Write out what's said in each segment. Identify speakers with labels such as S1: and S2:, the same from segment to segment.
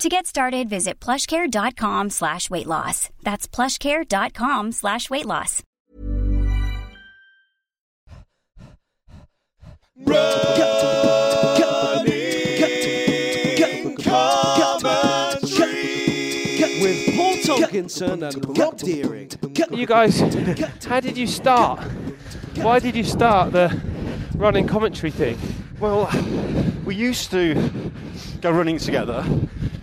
S1: To get started, visit plushcare.com slash weight loss. That's plushcare.com slash weight loss.
S2: Running commentary.
S3: with Paul Tolkinson and Rob Deering.
S2: You guys, how did you start? Why did you start the running commentary thing?
S4: Well, we used to go running together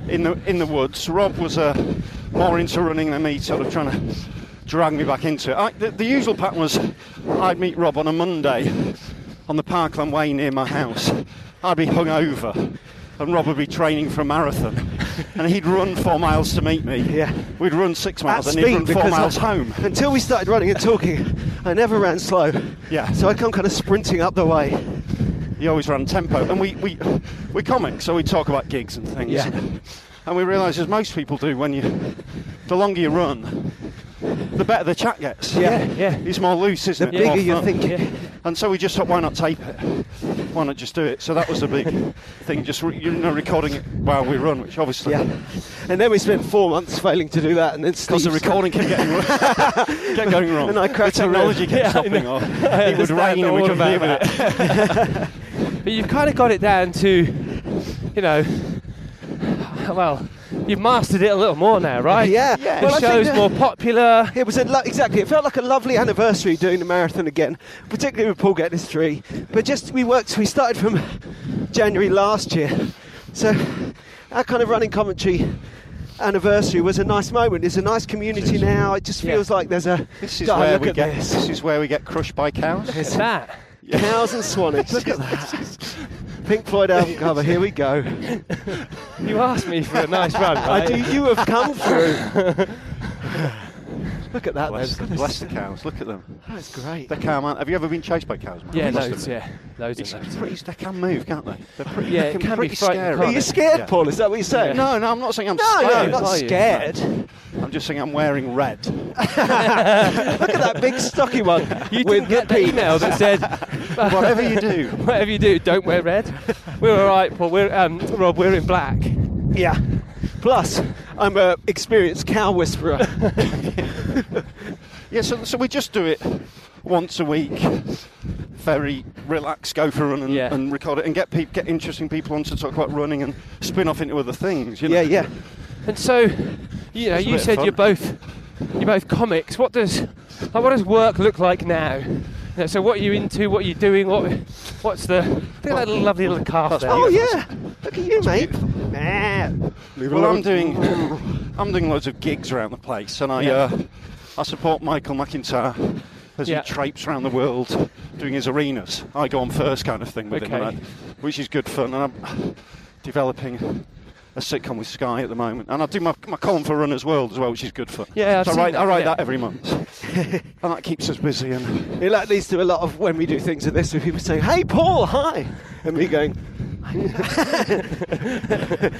S4: in the in the woods. Rob was uh, more into running than me, sort of trying to drag me back into it. I, the, the usual pattern was I'd meet Rob on a Monday on the Parkland Way near my house. I'd be hungover, and Rob would be training for a marathon, and he'd run four miles to meet me.
S3: Yeah.
S4: we'd run six
S3: At
S4: miles, and he'd
S3: speed
S4: run four
S3: because
S4: miles
S3: I-
S4: home.
S3: Until we started running and talking, I never ran slow.
S4: Yeah.
S3: So I come kind of sprinting up the way.
S4: you always run tempo. And we, we, we're comics, so we talk about gigs and things.
S3: Yeah.
S4: And we realise, as most people do, when you, the longer you run, the better the chat gets.
S3: Yeah,
S2: yeah.
S4: It's more loose, isn't
S3: The
S4: it? More
S3: bigger you're
S4: fun.
S3: thinking.
S4: And so we just thought, why not tape it? Why not just do it? So that was the big thing, just re- you know, recording it while we run, which obviously.
S3: Yeah. And then we spent four months failing to do that, and then
S4: Because the
S3: Steve's-
S4: recording kept getting, wrong- kept going wrong.
S3: And I
S4: the
S3: cracked a rib.
S4: technology kept
S2: Yeah, I
S4: stopping
S2: know.
S4: off.
S2: I
S4: It would
S2: understand
S4: rain and we
S2: all
S4: couldn't
S2: about
S4: deal with it.
S2: But you've kind of got it down to, you know, well, you've mastered it a little more now, right?
S3: Yeah.
S2: The
S3: Well, I think
S2: show's
S3: that-
S2: more popular.
S3: It was a lo- exactly. It felt like a lovely anniversary doing the marathon again, particularly with Paul getting his three. But just we worked. We started from January last year, so our kind of running commentary anniversary was a nice moment. There's a nice community now. It just
S2: Yeah.
S3: feels like there's a.
S4: This is
S3: God,
S4: where
S3: look
S4: we
S3: at
S4: get
S3: this.
S4: this is where we get crushed by cows.
S2: It's that.
S3: cows and swanage. Look at that. Pink Floyd album cover. Here we go.
S2: You asked me for a nice run,
S3: I
S2: right?
S3: do. You have come through. Look at that.
S4: Bless,
S3: though.
S4: them, bless the cows. Look at them.
S3: That's great.
S4: They're calm. Aren't, have you ever been chased by cows? Man?
S2: Yeah,
S4: You must
S2: loads,
S4: have.
S2: yeah. Loads
S4: It's,
S2: and
S4: it's
S2: loads.
S4: pretty, they can move, can't they? They're pretty,
S2: Yeah,
S4: they
S2: it
S4: can be
S2: can be
S4: pretty
S2: frightening,
S4: scary.
S2: can't
S3: Are you
S2: it?
S3: scared,
S4: Yeah.
S3: Paul? Is that what you're saying?
S4: No, no, I'm not saying I'm
S3: No, no,
S4: scared.
S3: I'm not
S2: Are you?
S3: scared.
S4: I'm just saying I'm wearing red.
S3: Look at that big stocky one.
S2: You
S3: with
S2: didn't get
S3: the
S2: the
S3: peak.
S2: email that said,
S4: Whatever you do.
S2: whatever you do, don't wear red. We're all right, Paul. We're, um, Rob, we're in black.
S3: Yeah. Plus, I'm a experienced cow whisperer.
S4: Yeah, so, so we just do it once a week. Very relaxed, go for a run and,
S2: Yeah.
S4: and record it and get peop get interesting people on to talk about running and spin off into other things. You know?
S3: yeah, yeah.
S2: And so, you know,
S4: It's a
S2: you
S4: bit of
S2: said
S4: fun.
S2: you're both you're both comics. What does like, what does work look like now? You know, so what are you into? What are you doing? What what's the look at that little lovely little calf there?
S3: Oh yeah. Look at you, mate. Nah.
S4: Well, I'm doing I'm doing loads of gigs around the place, and I
S2: Yeah.
S4: uh, I support Michael McIntyre as
S2: Yeah.
S4: he traipses around the world doing his arenas. I go on first, kind of thing with him,
S2: Okay.
S4: and I- which is good fun. And I'm developing a sitcom with Sky at the moment, and I do my, my column for Runner's World as well, which is good fun.
S2: Yeah, I've
S4: so I
S2: seen
S4: write I
S2: that,
S4: write
S2: yeah.
S4: that every month, and that keeps us busy. And
S3: It like leads to a lot of when we do things like this, where people saying, "Hey, Paul, hi," and me going,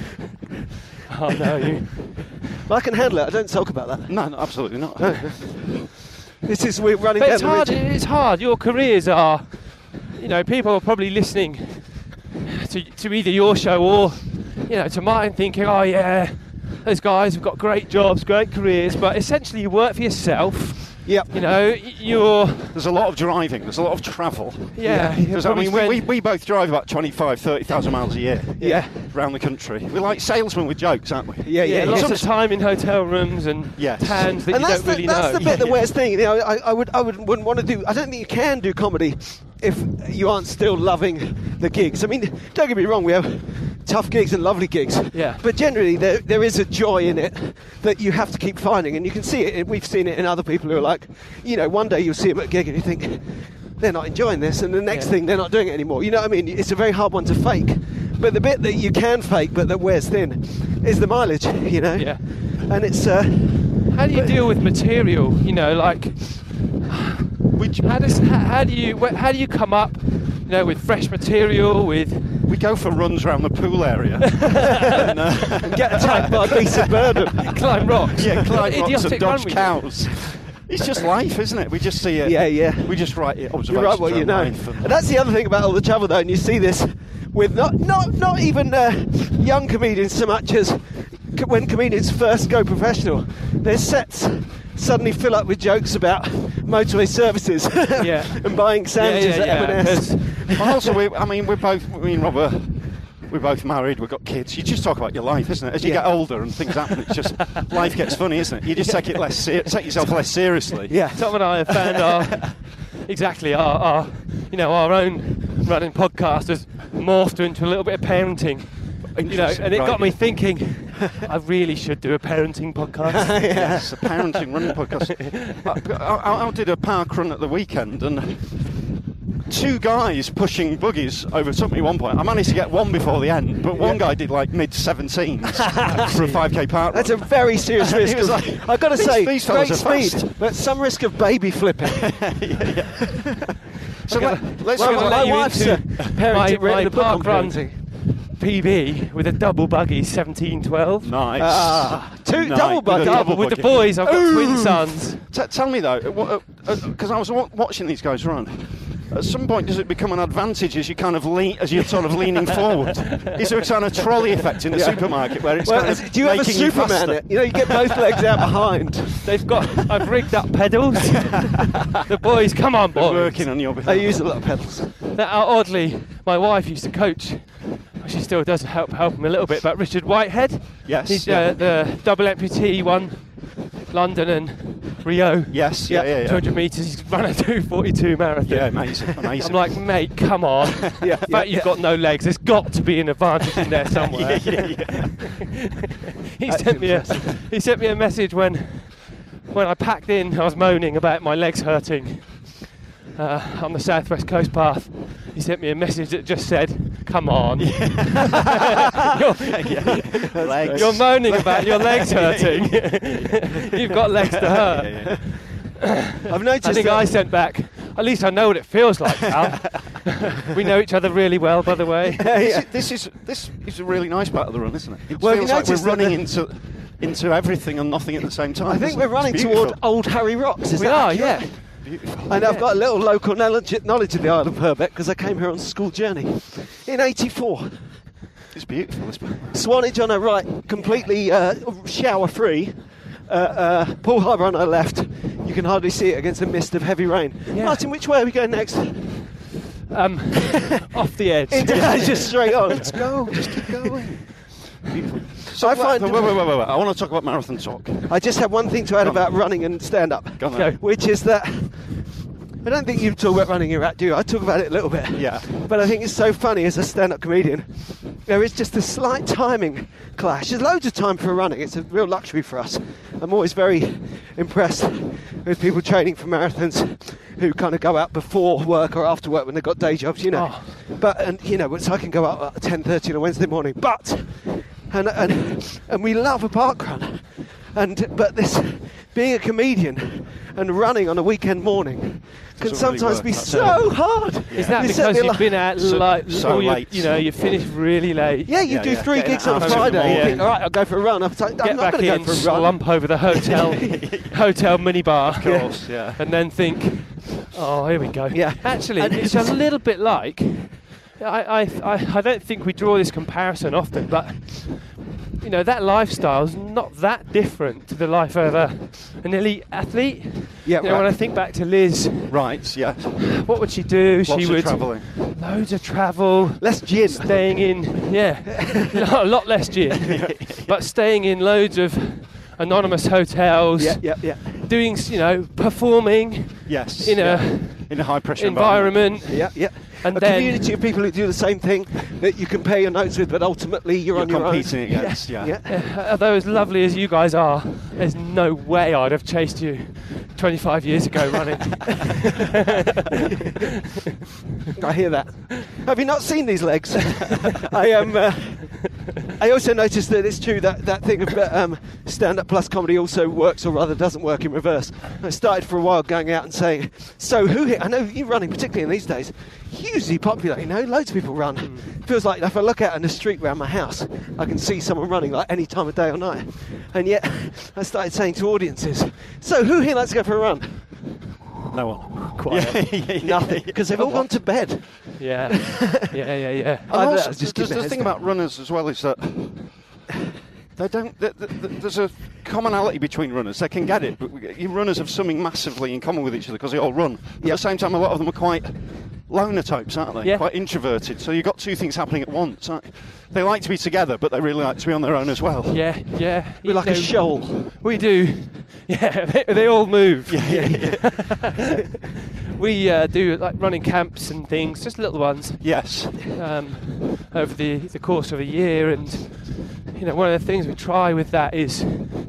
S2: Oh no, you,
S3: well, "I can handle it. I don't talk about that."
S4: no, no absolutely not.
S3: This is we're running
S2: but
S3: down
S2: it's
S3: the
S2: hard.
S3: ridge.
S2: It's hard. Your careers are, you know, people are probably listening to, to either your show or, you know, to mine thinking, oh yeah, those guys have got great jobs, great careers, but essentially you work for yourself.
S3: Yep.
S2: You know, y- you're,
S4: There's a lot of driving. There's a lot of travel.
S2: yeah. you're
S4: Because I
S2: probably
S4: mean, we,
S2: spend-
S4: we, we both drive about 25, 30,000 miles a year.
S2: Yeah.
S4: Around the country. We're like salesmen with jokes, aren't we?
S3: Yeah,
S2: yeah,
S3: yeah,
S2: lots
S3: yeah.
S2: of time in hotel rooms and
S4: Yes.
S2: towns that
S3: and
S2: you
S3: that's
S2: don't
S3: the,
S2: really
S3: that's
S2: know.
S3: the bit that wears thing. You know, I, I would I would wouldn't want to do. I don't think you can do comedy if you aren't still loving the gigs. I mean, don't get me wrong, we have tough gigs and lovely gigs.
S2: Yeah.
S3: But generally, there there is a joy in it that you have to keep finding, and you can see it. We've seen it in other people who are like, you know, one day you'll see them at a gig and you think they're not enjoying this, and the next
S2: Yeah.
S3: thing they're not doing it anymore. You know what I mean? It's a very hard one to fake. But the bit that you can fake, but that wears thin, is the mileage. You know.
S2: Yeah.
S3: And it's. Uh,
S2: How do you deal with material? You know, like
S4: Which,
S2: how does how, how do you wh- how do you come up, you know, with fresh material with
S4: we go for runs around the pool area. and, uh,
S3: get attacked by a beast of burden.
S2: climb rocks?
S4: yeah, climb rocks and
S2: Idiotic run
S4: dodge
S2: we do.
S4: cows. It's just life, isn't it? We just see it.
S3: Yeah, yeah.
S4: We just write it.
S3: You write what you
S4: observations
S3: know.
S4: around
S3: And
S4: life and-
S3: that's the other thing about all the travel, though, and you see this with not not not even uh, young comedians so much as c- when comedians first go professional, their sets suddenly fill up with jokes about motorway services
S2: Yeah.
S3: and buying sandwiches
S2: yeah,
S3: at
S2: yeah,
S3: M&S.
S4: and also, we, I mean, we're both, me and Rob, are, we're both married, we've got kids. You just talk about your life, isn't it? As you
S3: Yeah.
S4: get older and things happen, it's just, life gets funny, isn't it? You just take it less, ser- take yourself less seriously.
S3: Yeah.
S2: Tom and I have found our exactly our, our you know our own running podcast has morphed into a little bit of parenting. You know,
S4: Interesting,
S2: and it
S4: right.
S2: got me thinking. I really should do a parenting podcast.
S4: Yes, a parenting running podcast. I, I, I did a park run at the weekend and two guys pushing buggies overtook me at one point. I managed to get one before the end, but one guy did like mid 17s for a 5k park
S3: That's a
S4: run.
S3: very serious risk.
S4: He was
S3: of-
S4: like,
S3: I've got to
S4: "These-
S3: say,
S4: these
S3: great
S4: fellas are
S3: speed,
S4: fast."
S3: but some risk of baby flipping.
S4: so let, let's
S3: Well,
S4: go
S3: well,
S4: on.
S3: my
S2: you
S3: wife's
S2: into
S3: a parent
S2: my- my
S3: written a book on
S2: park run.
S3: parenting.
S2: PB with a double buggy, seventeen twelve.
S4: Nice.
S3: Ah, two
S4: Nice.
S3: double buggy.
S2: Double with the boys. I've got twin sons.
S4: T- tell me though, because uh 'cause I was wa- watching these guys run. At some point, does it become an advantage as you kind of lean, as you're sort of leaning forward? Is there a kind of trolley effect in the supermarket where it's
S3: Well,
S4: kind
S3: is-
S4: of
S3: do you have a
S4: making you
S3: Superman?
S4: faster?
S3: it? You know, you get both legs out behind.
S2: They've got. I've rigged up pedals. the boys, come on,
S4: They're
S2: boys.
S4: working on your behalf.
S3: I use a lot of pedals.
S2: That, uh, oddly, my wife used to coach. She still does help help him a little bit. But Richard Whitehead,
S4: Yes,
S2: he's
S4: yeah.
S2: uh, the double amputee, won London and Rio.
S4: Yes, yeah, yeah, yeah.
S2: 200 meters. He's run a 2:42 marathon.
S4: Yeah, amazing, amazing.
S2: I'm
S3: "Mm,
S2: like, mate, come on.
S3: Yeah,
S2: the fact
S3: yeah,
S2: you've got no legs, there's got to be an advantage in there somewhere.
S4: yeah, yeah.
S2: he sent me a, he sent me a message when when I packed in. I was moaning about my legs hurting uh, on the southwest coast path. He sent me a message that just said, "Come on, you're,
S4: Legs.
S2: you're moaning about your legs hurting. You've got legs to hurt."
S4: Yeah,
S3: I've noticed.
S2: I think
S3: that-
S2: I sent back. At least I know what it feels like now. we know each other really well, by the way.
S4: yeah. This, is, this is this is a really nice part of the run, isn't it? It
S3: Well,
S4: feels
S3: you
S4: like we're
S3: noticed that
S4: running
S3: the-
S4: into into everything and nothing at the same time.
S3: I think
S4: isn't
S3: we're
S4: it? It's
S3: running
S4: beautiful.
S3: toward Old Harry Rocks. Is
S2: we
S3: that
S2: are,
S3: accurate?
S2: yeah.
S3: And I've got a little local knowledge, knowledge of the Isle of Purbeck because I came here on school journey in '84.
S4: It's beautiful. This part.
S3: Swanage on our right, completely uh, shower free. Uh, uh, Paul Harbour on our left. You can hardly see it against the mist of heavy rain.
S2: Yeah.
S3: Martin, which way are we going next?
S2: Um, off the edge.
S3: Into, just straight on.
S4: Let's go. Just keep going. Beautiful.
S3: So I find-
S4: wait, wait, wait, wait, wait, wait. I want to talk about marathon talk.
S3: I just have one thing to add
S4: Go on.
S3: about running and stand up.
S4: Go on then.
S2: Go.
S3: which is that I don't think you talk about running your rat, do you? I talk about it a little bit.
S4: Yeah.
S3: But I think it's so funny as a stand up comedian. There is just a slight timing clash. There's loads of time for running, it's a real luxury for us. I'm always very impressed with people training for marathons who kind of go out before work or after work when they've got day jobs, you know. But, and you know, so I can go out at 10.30 on a Wednesday morning. But, and, and, and we love a park run. And, but this, being a comedian and running on a weekend morning can
S4: really
S3: sometimes
S4: work,
S3: be
S4: that's
S3: so hard.
S2: Is that
S3: You set
S2: because
S3: me
S2: you've
S3: like-
S2: been out
S4: So-
S2: like
S4: so
S2: all your-
S4: late.
S2: you know you finish really late?
S3: Yeah, you
S4: Yeah,
S3: do
S4: yeah.
S3: three
S4: Getting
S3: gigs on
S4: out
S3: a
S4: at two in the
S3: Friday. You
S4: morning.
S3: think, all right, I'll go for a run. I'm, like,
S2: Get
S3: I'm not
S2: back
S3: going to
S2: in,
S3: go for a run.
S2: slump over the hotel hotel minibar, of
S4: course, yeah.
S2: and then think, oh, here we go.
S3: Yeah.
S2: actually,
S3: And
S2: it's a
S3: it's-
S2: little bit like. I, I, I, I don't think we draw this comparison often, but you know that lifestyle's not that different to the life of a, an elite athlete.
S4: Yeah,
S2: You know, when I think back to Liz,
S4: right, yeah.
S2: what would she do?
S4: Lots
S2: she
S4: of
S2: would
S4: travelling.
S2: loads of travel,
S3: Less gin.
S2: staying in yeah, a lot less gym, but staying in loads of anonymous hotels,
S3: Yeah, yeah, yeah.
S2: doing s- you know performing
S4: Yes.
S2: in
S4: yeah.
S2: a
S4: in a high pressure
S2: environment.
S3: Yeah, yeah.
S2: And
S3: a
S2: then-
S3: community of people who do the same thing that you compare your notes with, but ultimately you're, on
S4: You're
S3: your
S4: competing
S3: own.
S4: against, yeah.
S3: Yeah.
S2: Although as lovely as you guys are, there's no way I'd have chased you 25 years ago running.
S3: I hear that. Have you not seen these legs? I am. Uh, I also noticed that it's true that that thing of um, stand-up plus comedy also works, or rather doesn't work in reverse. I started for a while going out and saying, "So who here?" I know you running, particularly in these days, hugely popular. You know, loads of people run.
S4: Hmm.
S3: Feels like if I look out in the street round my house, I can see someone running like any time of day or night. And yet, I started saying to audiences, "So who here likes to go for a run?"
S4: No one.
S3: Nothing, because they've all gone to bed.
S2: yeah, yeah, yeah, yeah.
S3: Either
S4: And
S3: that
S4: also,
S3: or just
S4: there's
S3: give it
S4: the
S3: a
S4: thing
S3: heads up.
S4: about runners as well is that they don't. th th th there's a commonality between runners. They can get it, but we- you runners have something massively in common with each other because they all run. But
S3: Yep.
S4: At the same time, a lot of them are quite loner types, aren't they?
S2: Yeah.
S4: Quite introverted. So you've got two things happening at once. Aren't you? They like to be together, but they really like to be on their own as well.
S2: Yeah, yeah.
S3: We're like a
S2: No,
S3: shoal.
S2: We do. Yeah, they, they all move. we uh, do like running camps and things, just little ones.
S4: Yes.
S2: um, over the, the course of a year. And you know, one of the things we try with that is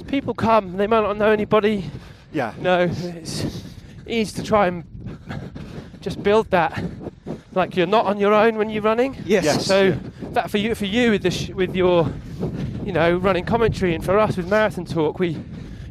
S2: people come, they might not know anybody.
S4: Yeah.
S2: No, it's easy to try and just build that. Like you're not on your own when you're running.
S3: Yes.
S4: Yes.
S2: So
S4: yeah.
S2: that for you, for you with this, with your, you know, running commentary, and for us with marathon talk, we, you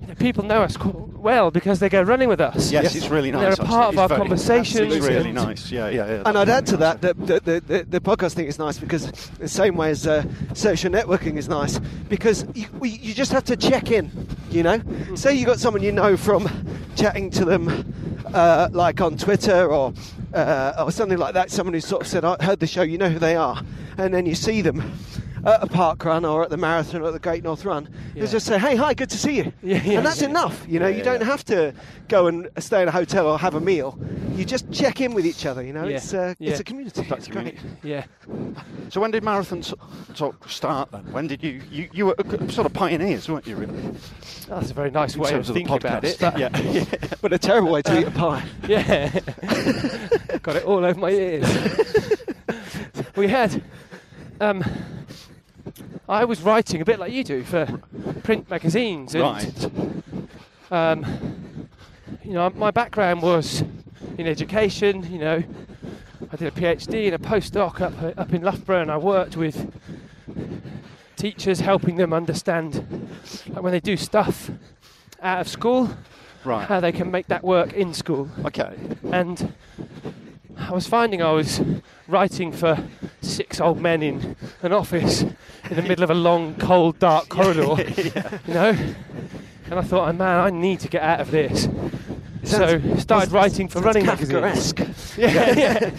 S2: know, people know us qu- well because they go running with us.
S4: Yes,
S3: Yes.
S4: it's really
S2: And
S4: nice.
S2: they're a
S4: actually.
S2: part of
S4: It's
S2: our
S4: very-
S2: conversations
S4: It's really
S2: and-
S4: nice. Yeah, yeah, yeah.
S3: And I'd add to that that the, the, the, the podcast thing is nice because the same way as uh, social networking is nice because you, we- you just have to check in, you know. Say you got someone you know from chatting to them, uh, like on Twitter or uh, or something like that. Someone who sort of said, "I heard the show," you know who they are, and then you see them at a park run or at the marathon or at the Great North Run.
S2: Yeah.
S3: You just say, "Hey, hi, good to see you,"
S2: Yeah, yeah.
S3: and that's enough. You know,
S4: Yeah,
S3: you
S4: yeah,
S3: don't
S4: yeah.
S3: have to go and stay in a hotel or have a meal. You just check in with each other. You know,
S2: Yeah.
S3: it's uh,
S2: Yeah.
S3: it's a community.
S4: That's
S3: It's great.
S4: community.
S2: Yeah.
S4: So when did marathon s- talk start then? When did you you, you were c- sort of pioneers, weren't you? Really, in
S2: That's a very nice way of
S4: terms of the
S2: thinking about it.
S4: podcast.
S2: but-
S4: yeah,
S3: But a terrible way to eat a pie.
S2: Yeah. Got it all over my ears. we had. Um, I was writing a bit like you do for print magazines. And,
S4: right.
S2: Um, you know, my background was in education. You know, I did a PhD and a postdoc up up in Loughborough, and I worked with teachers, helping them understand like, when they do stuff out of school, how
S4: Right.
S2: they can make that work in school
S4: Okay.
S2: and I was finding I was writing for six old men in an office in the middle of a long, cold, dark corridor, you know. And I thought, "Oh, man, I need to get out of this. so started writing for running magazines.
S3: Kafkaesque.
S2: Yeah, yeah.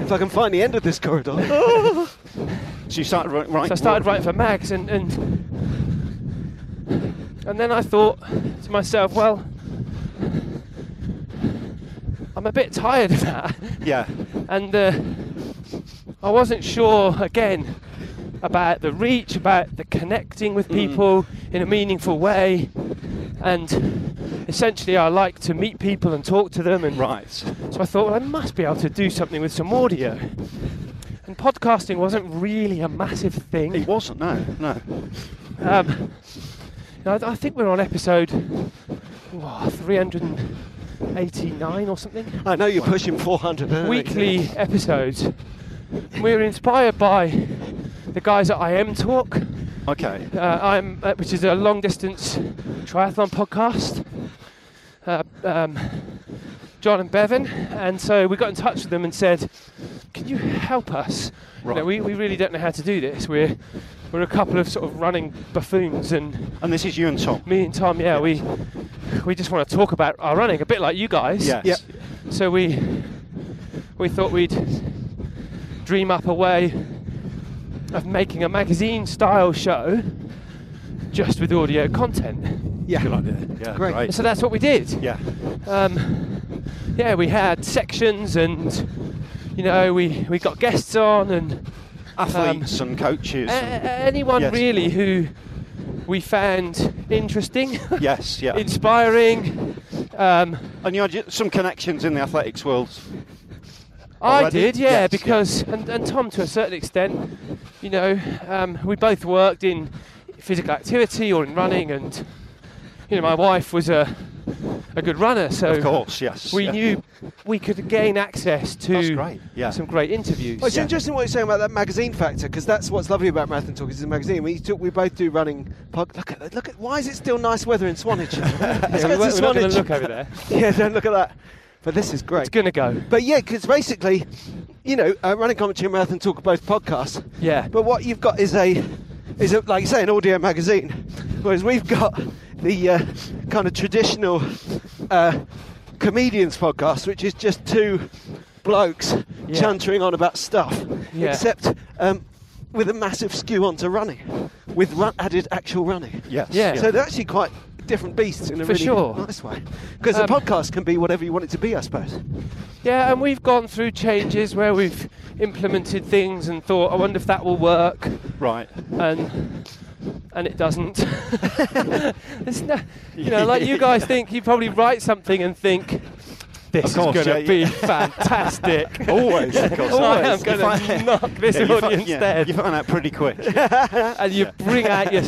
S3: If I can find the end of this corridor.
S4: So you started wri- writing.
S2: So I started writing for mags, and and and then I thought to myself, well, I'm a bit tired of that.
S4: Yeah.
S2: and uh, I wasn't sure again about the reach, about the connecting
S4: Mm.
S2: with people in a meaningful way, and essentially I like to meet people and talk to them, and
S4: Right.
S2: so I thought, well, I must be able to do something with some audio. And podcasting wasn't really a massive thing.
S4: It wasn't. No. No.
S2: Um, you know, I, I think we're on episode whoa, 389 or something
S3: I know you're pushing 400. I know.
S2: weekly episodes. We're inspired by the guys at IM Talk,
S4: Okay.
S2: uh, IM, uh, which is a long distance triathlon podcast. Uh, um, John and Bevan, and so we got in touch with them and said, "Can you help us? You know,
S4: Right.
S2: we, we really don't know how to do this. We're we're a couple of sort of running buffoons, and
S4: And this is you and Tom.
S2: me and Tom, yeah, we we just want to talk about our running a bit like you guys.
S4: Yes.
S3: Yep.
S2: So we we thought we'd dream up a way of making a magazine style show just with audio content.
S3: Yeah.
S4: Good idea. Yeah,
S3: Great.
S4: great.
S2: So that's what we did.
S4: Yeah.
S2: Um, yeah, we had sections and, you know, we, we got guests on and
S4: Athletes
S2: Um,
S4: and coaches.
S2: a-
S4: and-
S2: a- anyone
S4: Yes.
S2: really who we found interesting,
S4: yes, yeah.
S2: inspiring. Um,
S4: and you had y- some connections in the athletics world.
S2: I
S4: already?
S2: did, yeah,
S4: Yes, yeah.
S2: because And, and Tom to a certain extent, you know, um, we both worked in physical activity or in running, and you know, my wife was a a good runner, so
S4: Of course, yes.
S2: we
S4: yeah.
S2: knew we could gain access
S4: That's
S2: to
S4: great, yeah.
S2: some great interviews.
S3: Well, it's
S2: Yeah.
S3: interesting what you're saying about that magazine factor because that's what's lovely about Marathon Talk is the magazine. We, took, we both do running. Pod- look at look at why is it still nice weather in Swanage? Let's
S2: Yeah,
S3: go
S2: we
S3: to
S2: weren't- we're not going
S3: Swanage.
S2: to look over there.
S3: yeah, don't look at that. But this is great.
S2: It's going to go.
S3: But yeah, because basically, you know, uh, running commentary and marathon talk are both podcasts.
S2: Yeah.
S3: But what you've got is a is a, like you say an audio magazine, whereas we've got the uh, kind of traditional uh, comedians podcast, which is just two blokes
S2: Yeah.
S3: chuntering on about stuff,
S2: Yeah.
S3: except um, with a massive skew onto running, with run- added actual running.
S4: Yes.
S2: Yeah.
S3: So they're actually quite different beasts in a
S2: For
S3: really
S2: sure.
S3: nice way, because
S2: Um,
S3: a podcast can be whatever you want it to be, I suppose.
S2: Yeah, and we've gone through changes where we've implemented things and thought, I wonder if that will work,
S4: Right.
S2: and and it doesn't. it's no, you know, like you guys think you probably write something and think this
S4: Of course,
S2: is going to
S4: yeah,
S2: be
S4: yeah.
S2: fantastic. Oh,
S4: Always, of course.
S2: I am
S4: always. You
S2: going to
S4: find-
S2: knock this
S4: Yeah, you fi-
S2: audience
S4: yeah,
S2: dead,
S4: You find out pretty quick.
S2: and you bring out your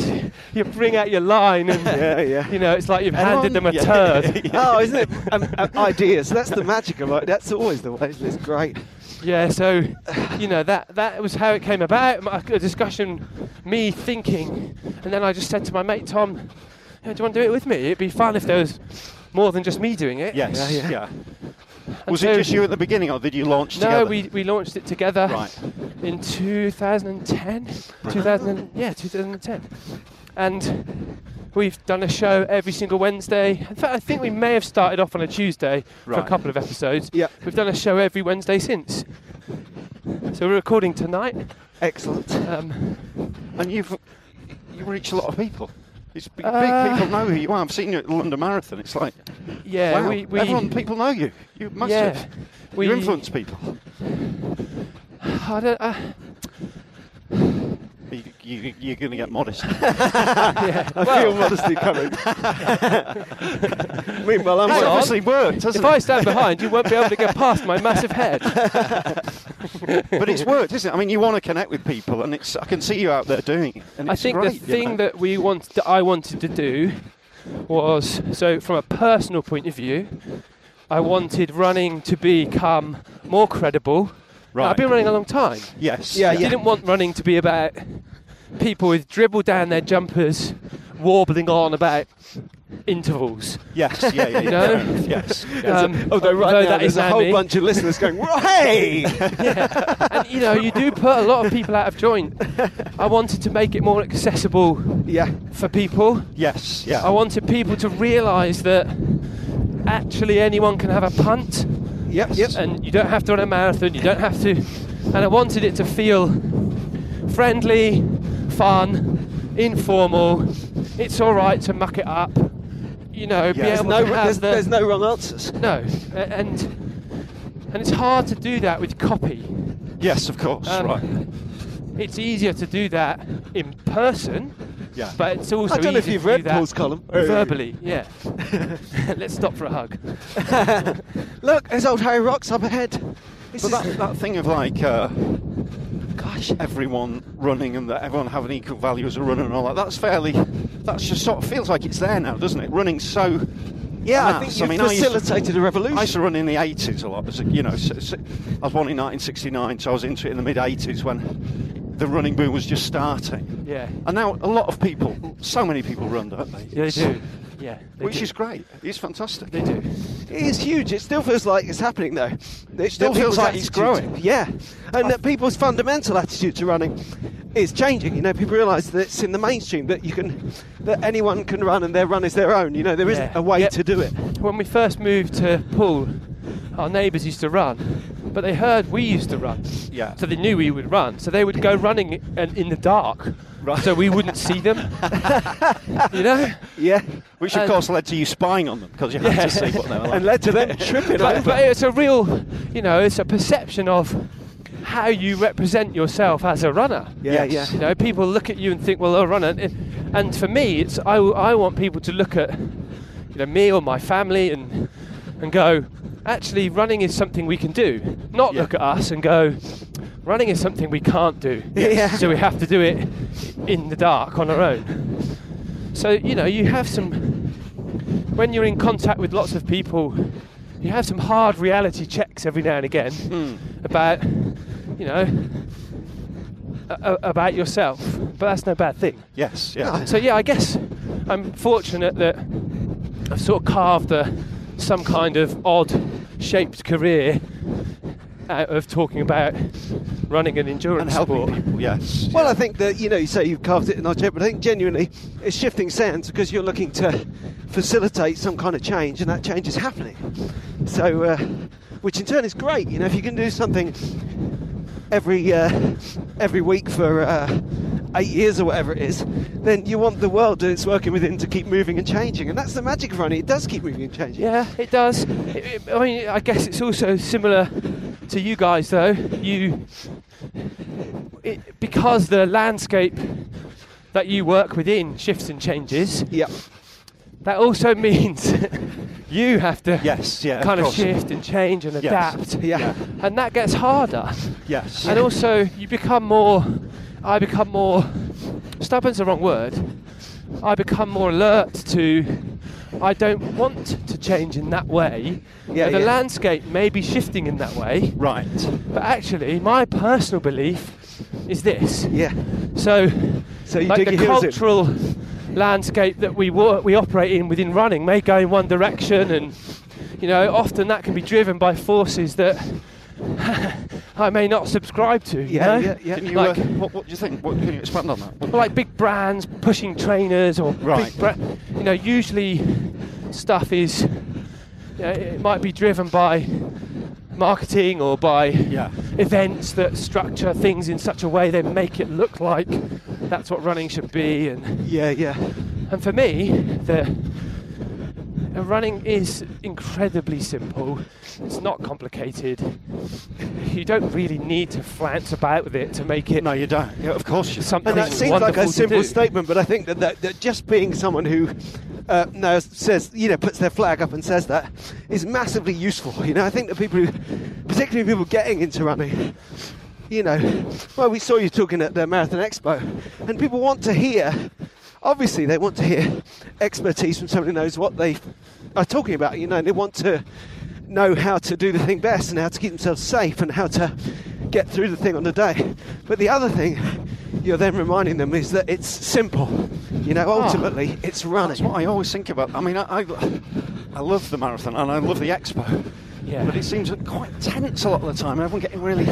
S2: you bring out your line, and
S3: Yeah, yeah.
S2: you know it's like you've handed them
S4: Everyone-
S2: a
S4: yeah.
S2: turd.
S3: oh, isn't it? Um, um, ideas. That's the magic of it. That's always the way. It's great.
S2: Yeah, so you know that that was how it came about. My- A discussion, me thinking, and then I just said to my mate Tom, "Yeah, "Do you want to do it with me? It'd be fun if there was more than just me doing it."
S4: Yes.
S3: Yeah,
S4: Yeah.
S3: yeah.
S4: Was
S2: so-
S4: it just you at the beginning, or did you launch together?
S2: No, we, we launched it together
S4: Right.
S2: in 2010. 2000, yeah, 2010. And we've done a show every single Wednesday. In fact, I think we may have started off on a Tuesday for a
S4: Right.
S2: couple of episodes.
S3: Yep.
S2: We've done a show every Wednesday since. So we're recording tonight.
S3: Excellent.
S2: Um,
S4: And you've you reach a lot of people. It's big,
S2: Uh,
S4: big people know who you are. I've seen you at the London Marathon. It's like
S2: yeah,
S4: wow,
S2: we, we
S4: everyone people know you. You must
S2: Yeah,
S4: have.
S2: we-
S4: you influence people.
S2: I don't, uh, I-
S4: You, you, you're going to get modest.
S2: yeah.
S3: I feel modesty coming. Meanwhile, I'm
S2: Hang on.
S4: It's
S3: like,
S4: obviously worked, hasn't
S2: if I
S4: it?
S2: stand behind, you won't be able to get past my massive head.
S4: but it's worked, isn't it? I mean, you want to connect with people, and it's I can see you out there doing it. And
S2: I
S4: it's
S2: think
S4: great,
S2: the
S4: you
S2: thing
S4: know.
S2: that we want that I wanted to do was so from a personal point of view, I wanted running to become more credible. Now, I've
S4: Right.
S2: been running a long time.
S4: yes,
S3: Yeah,
S2: I didn't want running to be about people with dribble down their jumpers warbling on about intervals.
S4: yes, yeah, yeah, yeah,
S2: You know?
S4: yes. yeah.
S2: Um,
S3: although right now
S2: that
S3: there's
S2: is
S3: a whole
S2: Andy.
S3: bunch of listeners going, "Well, "Hey!"
S2: and you know, you do put a lot of people out of joint. I wanted to make it more accessible
S3: yeah,
S2: for people.
S4: yes, yeah.
S2: I wanted people to realise that actually anyone can have a punt,
S3: yep, yep.
S2: and you don't have to run a marathon. You don't have to. And I wanted it to feel friendly, fun, informal. It's all right to muck it up. You know, be
S3: There's
S4: There's
S2: able
S3: no,
S2: to have
S3: there's,
S2: the
S3: there's no wrong answers.
S2: no, a- and and it's hard to do that with copy.
S4: yes, of course,
S2: Um,
S4: right.
S2: It's easier to do that in person,
S4: Yeah,
S2: but it's also
S3: I don't know if
S2: easier
S3: you've
S2: to do
S3: read
S2: that
S3: Paul's column.
S2: verbally. Yeah. Let's stop for a hug.
S3: Look, there's old Harry Rocks up ahead. This
S4: but
S3: is-
S4: that, that thing of like. Uh,
S3: gosh,
S4: everyone running and that everyone having equal value as a runner and all that. That's fairly. That's just sort of feels like it's there now, doesn't it? Running so.
S3: yeah, I
S4: mass.
S3: think you
S4: mean, I used to-
S3: facilitated a revolution.
S4: I used to run in the 80s a lot. As a, you know, s- s- I was born in 1969, so I was into it in the mid 80s when the running boom was just starting.
S2: Yeah.
S4: And now a lot of people, so many people run, don't they?
S2: Yeah, they
S4: It's-
S2: do. Yeah. They
S4: Which
S2: do.
S4: is great. It's fantastic.
S2: They do.
S3: It is huge. It still feels like it's happening, though. It
S4: still feels like it's growing.
S3: Yeah, and that people's fundamental attitude to running is changing. You know, people realise that it's in the mainstream that you can, that anyone can run and their run is their own. You know, there not
S2: Yeah.
S3: a way
S2: Yep.
S3: to do it.
S2: When we first moved to Poole, our neighbours used to run, but they heard we used to run.
S4: Yeah.
S2: So they knew we would run. So they would go running and in the dark.
S4: Right.
S2: So we wouldn't see them. you know?
S3: Yeah.
S4: Which of
S2: Uh,
S4: course led to you spying on them because you had
S2: Yeah.
S4: to see what they were like.
S3: And led to them tripping
S2: But,
S3: over.
S2: but it's a real, you know, it's a perception of how you represent yourself as a runner.
S3: Yeah,
S4: Yes.
S2: You
S3: yeah.
S2: know, people look at you and think, well, I'll run. And, and for me, it's I, I want people to look at, you know, me or my family and and go, actually, running is something we can do. Not
S4: Yeah.
S2: look at us and go, running is something we can't do.
S3: Yes.
S2: So we have to do it in the dark on our own. So you know, you have some when you're in contact with lots of people, you have some hard reality checks every now and again
S4: Hmm.
S2: about, you know, a- a- about yourself. But that's no bad thing.
S4: Yes, yeah.
S2: So yeah, I guess I'm fortunate that I've sort of carved a, some kind of odd-shaped career out of talking about running and endurance
S4: and helping
S2: sport.
S4: people, yes.
S3: Well,
S4: yeah.
S3: I think that you know, you say you've carved it in our chip, but I think genuinely it's shifting sands because you're looking to facilitate some kind of change, and that change is happening. So, uh, which in turn is great. You know, if you can do something every uh, every week for uh, eight years or whatever it is, then you want the world that it's working within to keep moving and changing, and that's the magic of running. It does keep moving and changing.
S2: Yeah, it does. It, it- I mean, I guess it's also similar to you guys, though. You, it, because the landscape that you work within shifts and changes.
S3: Yeah.
S2: That also means you have to
S4: Yes, yeah, of
S2: kind of,
S4: course.
S2: shift and change and
S4: Yes.
S2: adapt.
S3: Yeah.
S2: And that gets harder.
S4: yes.
S2: And also, you become more. I become more. Stubborn's the wrong word. I become more alert to. I don't want to change in that way.
S3: Yeah,
S2: and the
S3: yeah.
S2: landscape may be shifting in that way,
S4: right.
S2: but actually, my personal belief is this.
S3: Yeah.
S2: So,
S3: So you
S2: like
S3: dig
S2: the
S3: your heels in.
S2: cultural landscape that we wo- we operate in within running may go in one direction, and you know often that can be driven by forces that I may not subscribe to. you
S3: Yeah,
S2: know?
S3: yeah, yeah.
S4: Can you,
S2: Like-
S4: uh, what, what do you think? What, can you expand on that?
S2: Well, like big brands pushing trainers or
S4: Right.
S2: big bra- you know usually stuff is you know, it might be driven by marketing or by
S4: Yeah.
S2: events that structure things in such a way they make it look like that's what running should be and
S3: Yeah. Yeah.
S2: and for me the uh, running is incredibly simple it's not complicated you don't really need to flounce about with it to make it
S4: No, you don't. Yeah, of course you don't.
S2: something
S3: And that seems like
S2: wonderful
S3: a
S2: to
S3: simple
S2: do.
S3: statement, but I think that, that, that just being someone who uh, now says, you know, puts their flag up and says that is massively useful. You know, I think that people, who, particularly people getting into running, you know, well, we saw you talking at the Marathon Expo, and people want to hear, obviously, they want to hear expertise from somebody who knows what they are talking about, you know, and they want to know how to do the thing best and how to keep themselves safe and how to get through the thing on the day. But the other thing you're then reminding them is that it's simple, you know, ultimately, it's
S4: Ah. That's
S3: running.
S4: what I always think about. I mean, I, I, I love the marathon and I love the expo.
S2: Yeah.
S4: But it seems quite tense a lot of the time. Everyone getting really.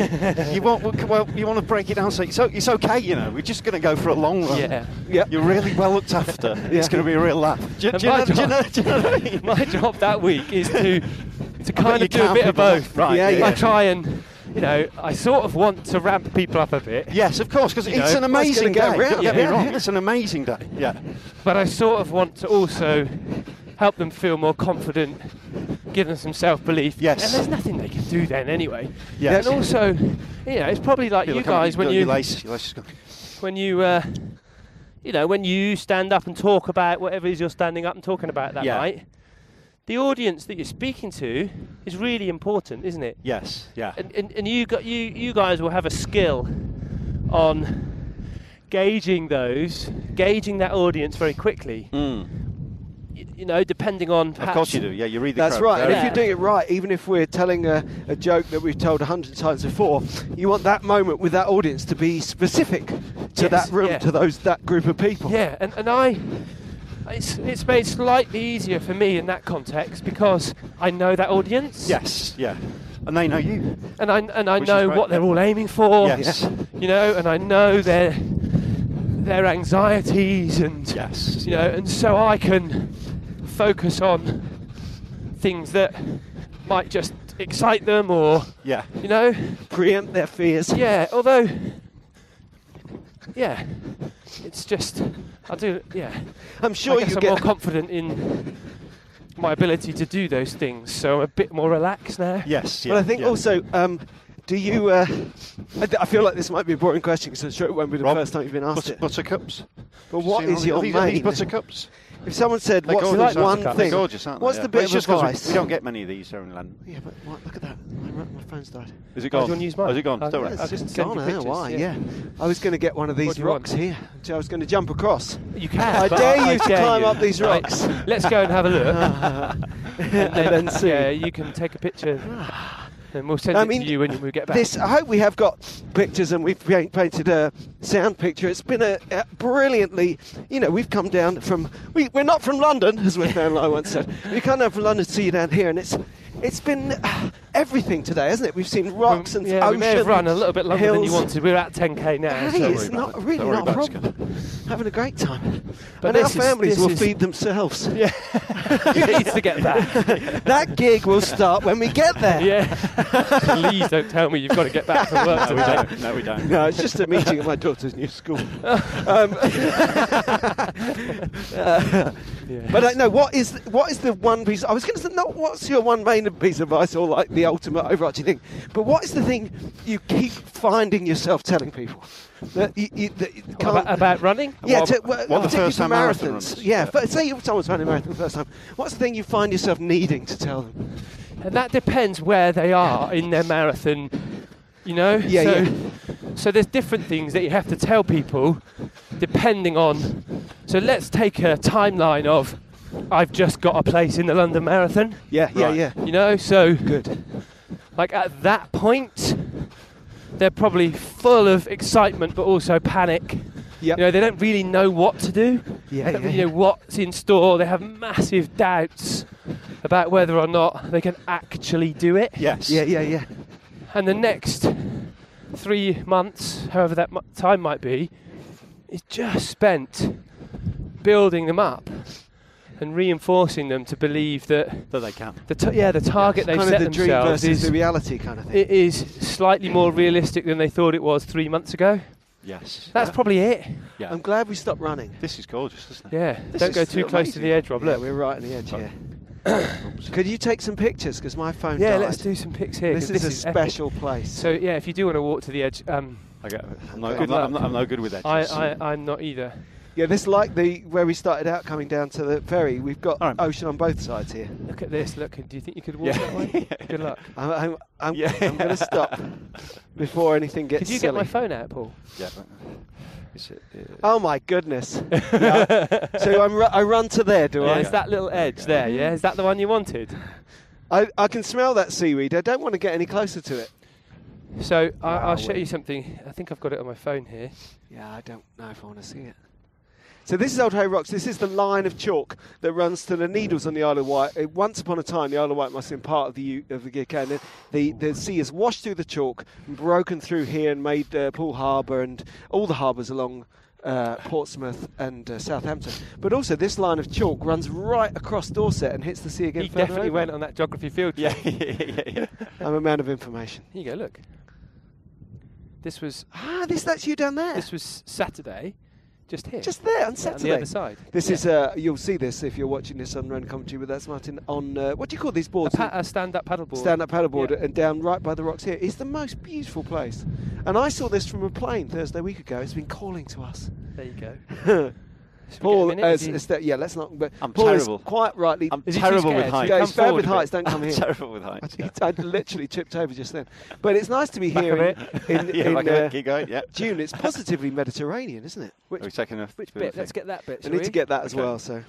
S4: you want well, you want to break it down. So it's, o- it's okay, you know. We're just going to go for a long run.
S2: Yeah.
S3: Yep.
S4: You're really well looked after. It's going to be a real laugh. Do, you-
S2: And
S4: do you
S2: my
S4: know, do you
S2: job-
S4: know- do you know what I mean?
S2: my job that week is to to kind
S4: you
S2: of do a
S4: calm
S2: bit of
S4: people
S2: both.
S4: off. Right,
S3: Yeah, yeah, yeah.
S2: I try and you know I sort of want to ramp people up a bit,
S4: Yes, of course, because it's
S2: know,
S4: an
S2: that's
S3: gonna
S4: amazing day.
S3: go
S4: Don't
S3: round.
S4: get me
S2: Yeah.
S4: wrong. It's an amazing day. Yeah.
S2: but I sort of want to also help them feel more confident, give them some self-belief.
S4: Yes.
S2: And there's nothing they can do then anyway.
S4: Yes.
S2: And also, you know, it's probably like you
S4: Look, I'm-
S2: guys when
S4: your
S2: you
S4: lace- your lace is gone.
S2: when you. Uh, you know, when you stand up and talk about whatever it is you're standing up and talking about that
S4: Yeah.
S2: night, the audience that you're speaking to is really important, isn't it?
S4: Yes. Yeah.
S3: Uh,
S2: and, and, and you got you you guys will have a skill on gauging those gauging that audience very quickly Y- you know depending on
S4: Of
S2: perhaps
S4: Mm. course you do. Yeah, you read the.
S3: That's
S4: crowd
S3: right. And if
S4: very
S2: Yeah.
S3: you're doing it right, even if we're telling a, a joke that we've told a hundred times before, you want that moment with that audience to be specific to
S2: Yes,
S3: that room,
S2: yeah.
S3: to those that group of people.
S2: yeah and, and i it's, it's made slightly easier for me in that context because i know that audience
S4: Yes, yeah. And they know you.
S2: and i and i
S4: Which is
S2: know
S4: great,
S2: what they're
S4: yeah.
S2: all aiming
S3: Oh,
S2: for
S4: Yes.
S2: you know and i know their their anxieties and
S4: Yes.
S2: you know, and so I can focus on things that might just excite them or,
S4: Yeah.
S2: you know,
S3: Preempt their fears.
S2: yeah, although, yeah, it's just, I do, yeah.
S3: I'm sure
S2: I guess
S3: you
S2: I'm
S3: get.
S2: more confident in my ability to do those things, so I'm a bit more relaxed now.
S4: Yes. Yeah,
S3: Well, I think
S4: yeah.
S3: also, um, do you? Uh, I, th- I feel like this might be a boring question because I'm sure it won't be the
S4: Rob,
S3: first time you've been asked
S4: butter,
S3: it.
S4: buttercups.
S3: But what
S4: Have you
S3: is
S4: seen all
S3: your
S4: these- all these
S3: main?
S4: buttercups?
S3: If someone said,
S4: They're
S3: "What's the
S4: gorgeous, aren't
S3: one
S4: they?
S3: thing?"
S4: They're gorgeous, aren't they?
S3: What's
S4: Yeah.
S3: the
S4: But
S3: bit
S4: it's
S3: of
S4: just 'cause we-
S3: advice?
S4: We don't get many of these here in London.
S3: Yeah, but what, look at that. My, my phone's died.
S4: Is it
S2: Oh, do
S4: gone?
S2: you want to use mine?
S4: Oh, is it gone?
S3: Uh,
S2: Oh,
S4: Don't
S2: yeah,
S4: worry.
S2: it's
S3: It's
S2: just
S3: gone.
S2: send
S3: I
S2: you
S3: don't know why?
S2: pictures, yeah.
S3: Yeah. I was going to get one of these
S2: do you want?
S3: rocks here. So I was going to jump across.
S2: You can.
S3: I
S2: but
S3: dare you to
S2: dare
S3: climb
S2: you.
S3: up these
S2: Right,
S3: rocks.
S2: Let's go and have a look,
S3: and then see.
S2: Yeah, you can take a picture, and we'll send
S3: I
S2: it
S3: mean,
S2: to you when we get back.
S3: This, I hope we have got pictures and we've paint- painted a sound picture. It's been a, a brilliantly, you know, we've come down from, we, we're not from London, as West and I once said. We come down from London to see you down here, and it's it's been uh, everything today, hasn't it? We've seen rocks and
S2: Um, yeah,
S3: ocean.
S2: we may have run a little bit longer than you
S3: hills.
S2: wanted. We're at 10k now.
S3: Hey,
S2: so-
S3: it's
S4: about
S3: not
S4: it.
S3: Oh, really
S4: Don't worry
S3: not a
S4: about it,
S3: problem. Having a great time,
S2: But
S3: and our
S2: this is-
S3: families
S2: this
S3: will
S2: is-
S3: feed themselves.
S2: He needs to get back.
S3: That gig will start when we get there.
S2: Yeah. Please don't tell me you've got to get back to work
S4: No, we
S2: today.
S4: don't. No, we don't.
S3: No, it's just a meeting at my daughter's new school. um, uh,
S2: Yeah.
S3: but I know what is what is the one piece? I was going to say not what's your one main piece of advice or like the ultimate overarching thing, but what is the thing you keep finding yourself telling people that you, you, that you can't
S2: about, about running?
S3: yeah,
S4: Well,
S3: to,
S4: well,
S3: well,
S4: the
S3: particularly
S4: first
S3: for
S4: time marathon
S3: marathons.
S4: runners.
S3: yeah,
S4: Yeah.
S3: yeah. say if someone's running a marathon the first time. What's the thing you find yourself needing to tell them?
S2: And that depends where they are in their marathon, you know?
S3: Yeah,
S2: so,
S3: yeah.
S2: so there's different things that you have to tell people depending on. So let's take a timeline of I've just got a place in the London Marathon,
S3: Yeah, yeah,
S4: Right.
S3: yeah.
S2: you know? So,
S3: Good.
S2: like at that point, they're probably full of excitement but also panic.
S3: Yep.
S2: You know, they don't really know what to do.
S3: Yeah,
S2: They
S3: yeah,
S2: don't really
S3: yeah.
S2: know what's in store. They have massive doubts about whether or not they can actually do it.
S4: Yes.
S3: yeah, yeah, yeah.
S2: And the next three months, however that mu- time might be, is just spent building them up and reinforcing them to believe that
S4: That they can.
S2: the t- yeah the target
S3: kind
S2: they've set
S3: of the dream
S2: themselves
S3: versus
S2: is
S3: the reality kind of thing.
S2: it is slightly more realistic than they thought it was three months ago.
S4: Yes.
S2: That's probably it.
S4: Yeah.
S3: I'm glad we stopped running.
S4: this is gorgeous, isn't it?
S2: Yeah.
S3: This
S2: Don't
S3: is
S2: go too
S3: amazing.
S2: close to the edge, Rob.
S3: Yeah,
S2: Look.
S3: we're right on the edge here. Could you take some pictures? Because my phone
S2: Yeah,
S3: died.
S2: let's do some pics here.
S3: This
S2: 'cause
S3: is a
S2: epic.
S3: special place.
S2: So yeah, if you do want to walk to the edge, um,
S4: I get, I'm, no,
S3: Good
S4: I'm, not,
S2: luck.
S4: I'm, not, I'm no good with edges.
S2: I, I I'm not either.
S3: yeah, this like the where we started out coming down to the ferry. We've got
S4: All right.
S3: ocean on both sides here.
S2: Look at this. Look, do you think you could walk
S4: Yeah.
S2: that way? Good luck.
S3: I'm, I'm, I'm,
S4: Yeah.
S3: I'm going to stop before anything gets
S2: Could you
S3: silly.
S2: get my phone out, Paul?
S4: yeah. but- Is it, uh,
S3: Oh my goodness! Yeah. So I'm ru- I run to there, do
S2: Yeah,
S3: I?
S2: it's that little edge there. Yeah, is that the one you wanted?
S3: I? I can smell that seaweed. I don't want to get any closer to it.
S2: So I, I'll
S3: Wowee.
S2: show you something. I think I've got it on my phone here.
S3: Yeah, I don't know if I want to see it. So this is Old Hay Rocks. This is the line of chalk that runs to the Needles on the Isle of Wight. Uh, Once upon a time, the Isle of Wight must have been part of the U- of the UK. And the, the the sea has washed through the chalk, and broken through here, and made uh, Poole Harbour and all the harbours along. Uh, Portsmouth and uh, Southampton, but also this line of chalk runs right across Dorset and hits the sea again.
S2: He
S3: further
S2: definitely
S3: over.
S2: went on that geography field.
S4: yeah,
S2: trip.
S4: yeah, yeah, yeah.
S3: I'm a man of information.
S2: Here you go. Look. This was
S3: Ah, this that's you down there.
S2: this was Saturday, just here.
S3: just there on
S2: Yeah,
S3: Saturday.
S2: On the other side.
S3: This
S2: Yeah.
S3: is uh, you'll see this if you're watching this on Ren commentary, but that's Martin on uh, what do you call these
S2: a,
S3: boards?
S2: pa- a stand-up paddleboard.
S3: Stand-up paddleboard
S2: Yeah.
S3: and down right by the rocks here. It's the most beautiful place, and I saw this from a plane Thursday week ago. It's been calling to us.
S2: There you go. Should we get a
S3: Paul,
S2: minute?
S3: uh,
S2: Is he-
S3: s- st- yeah, let's not. But
S4: I'm
S3: Paul is
S4: terrible.
S3: quite rightly.
S4: I'm
S2: Is he too
S4: terrible with
S2: scared?
S4: heights.
S3: Yeah,
S2: Come
S3: he's bad
S2: forward
S3: with
S2: a bit.
S3: heights. Don't come
S4: I'm
S3: here.
S4: terrible with heights. yeah.
S3: I literally tripped over just then. But it's nice to be
S2: Back
S3: here
S2: a
S3: in, in,
S4: yeah,
S3: in,
S4: like,
S3: uh,
S4: keep going. Yeah.
S3: June. It's positively Mediterranean, isn't it?
S2: which,
S4: Are we taking a
S2: which
S4: bit of a
S2: bit? Let's
S4: thing?
S2: get that bit.
S3: I
S2: shall
S3: need to get that as
S4: Okay.
S3: well. So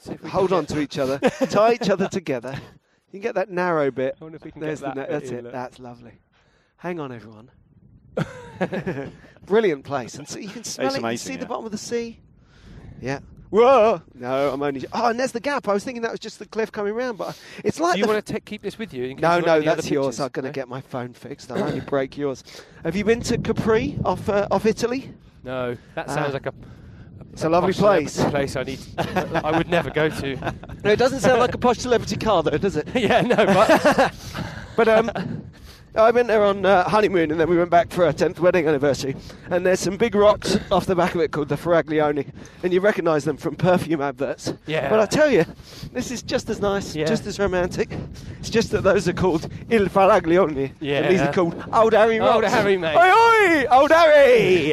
S2: See if we can
S3: hold
S2: get-
S3: on to each other, tie each other together. You can get that narrow bit.
S2: I wonder if Oh, we can
S3: There's
S2: get
S3: the
S2: that.
S3: na- that's
S2: bit in,
S3: it.
S2: look.
S3: That's lovely. Hang on, everyone. Brilliant place, and so you can smell it. You can
S4: amazing,
S3: see the
S4: yeah.
S3: bottom of the sea. Yeah. Whoa! No, I'm only. Oh, and there's the gap. I was thinking that was just the cliff coming round, but it's like
S2: Do you
S3: the
S2: want to keep this with you? in case
S3: no,
S2: you want
S3: no,
S2: any other
S3: that's yours.
S2: pictures?
S3: I'm going to
S2: No?
S3: get my phone fixed. I'll only break yours. Have you been to Capri off uh, off Italy?
S2: No, that
S3: Ah.
S2: sounds like a.
S3: It's a lovely
S2: posh celebrity
S3: place.
S2: Place I need. I would never go to.
S3: No, it doesn't sound like a posh celebrity car, though, does it?
S2: yeah, no, but
S3: But um, I went there on uh, honeymoon, and then we went back for our tenth wedding anniversary. And there's some big rocks off the back of it called the Ferraglioni, and you recognise them from perfume adverts.
S2: Yeah.
S3: But I tell you, this is just as nice,
S2: Yeah.
S3: just as romantic. It's just that those are called Il Ferraglioni,
S2: Yeah.
S3: and these are called Old Harry
S2: Old
S3: Rocks.
S2: Harry, mate.
S3: Oi, oi, Old Harry.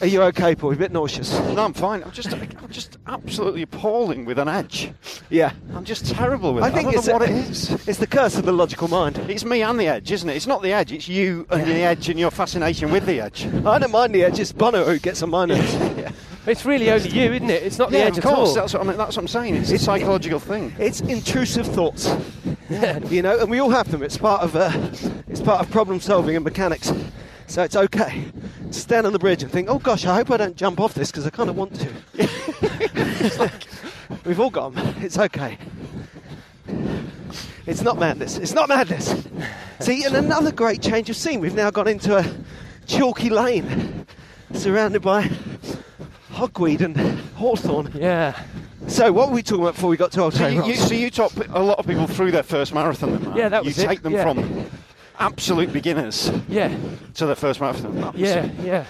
S3: Are you okay, Paul? You're a bit nauseous.
S4: No, I'm fine. I'm just, I'm just absolutely appalling with an edge.
S3: Yeah.
S4: I'm just terrible with
S3: I
S4: it.
S3: think
S4: I don't
S3: it's
S4: know what
S3: a-
S4: it is.
S3: It's the curse of the logical mind.
S4: It's me and the edge, isn't it? It's not the edge. It's you and the edge and your fascination with the edge.
S3: I don't mind the edge. It's Bono who gets on my nerves.
S2: It's really only you, isn't it? It's not the edge
S4: of
S2: at
S4: course.
S2: all.
S4: That's what, I mean, that's what I'm saying. It's a psychological thing.
S3: It's intrusive thoughts, you know, and we all have them. It's part of uh, it's part of problem solving and mechanics. So it's okay to stand on the bridge and think, oh gosh, I hope I don't jump off this because I kind of want to. It's like, we've all got 'em. It's okay. It's not madness. It's not madness. See, and another great change of scene. We've now gone into a chalky lane surrounded by hogweed and hawthorn.
S2: Yeah.
S3: So what were we talking about before we got to Old
S4: So
S3: Train
S4: you,
S3: Rocks?
S4: you, so you talk a lot of people through their first marathon. Then, Mark.
S2: Yeah, that was
S4: You
S2: it.
S4: take them
S2: Yeah.
S4: from absolute beginners
S2: Yeah.
S4: to their first marathon. That was-
S2: Yeah. Yeah.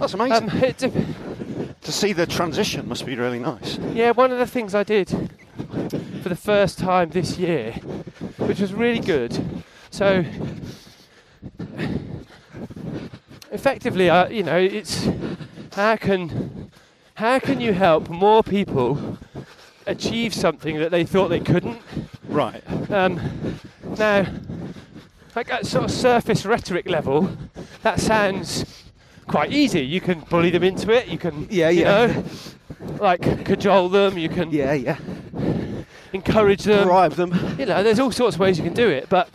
S4: That's amazing.
S2: Um, it dep-
S4: to see the transition must be really nice.
S2: Yeah, one of the things I did for the first time this year, which was really good. So, effectively, I, you know, it's how can how can you help more people achieve something that they thought they couldn't?
S4: Right.
S2: Um, now, like at sort of surface rhetoric level, that sounds quite easy. You can bully them into it. You can,
S3: Yeah,
S2: you
S3: yeah.
S2: know, like cajole them. You can
S3: Yeah, yeah.
S2: encourage them.
S3: Bribe them.
S2: You know, there's all sorts of ways you can do it, but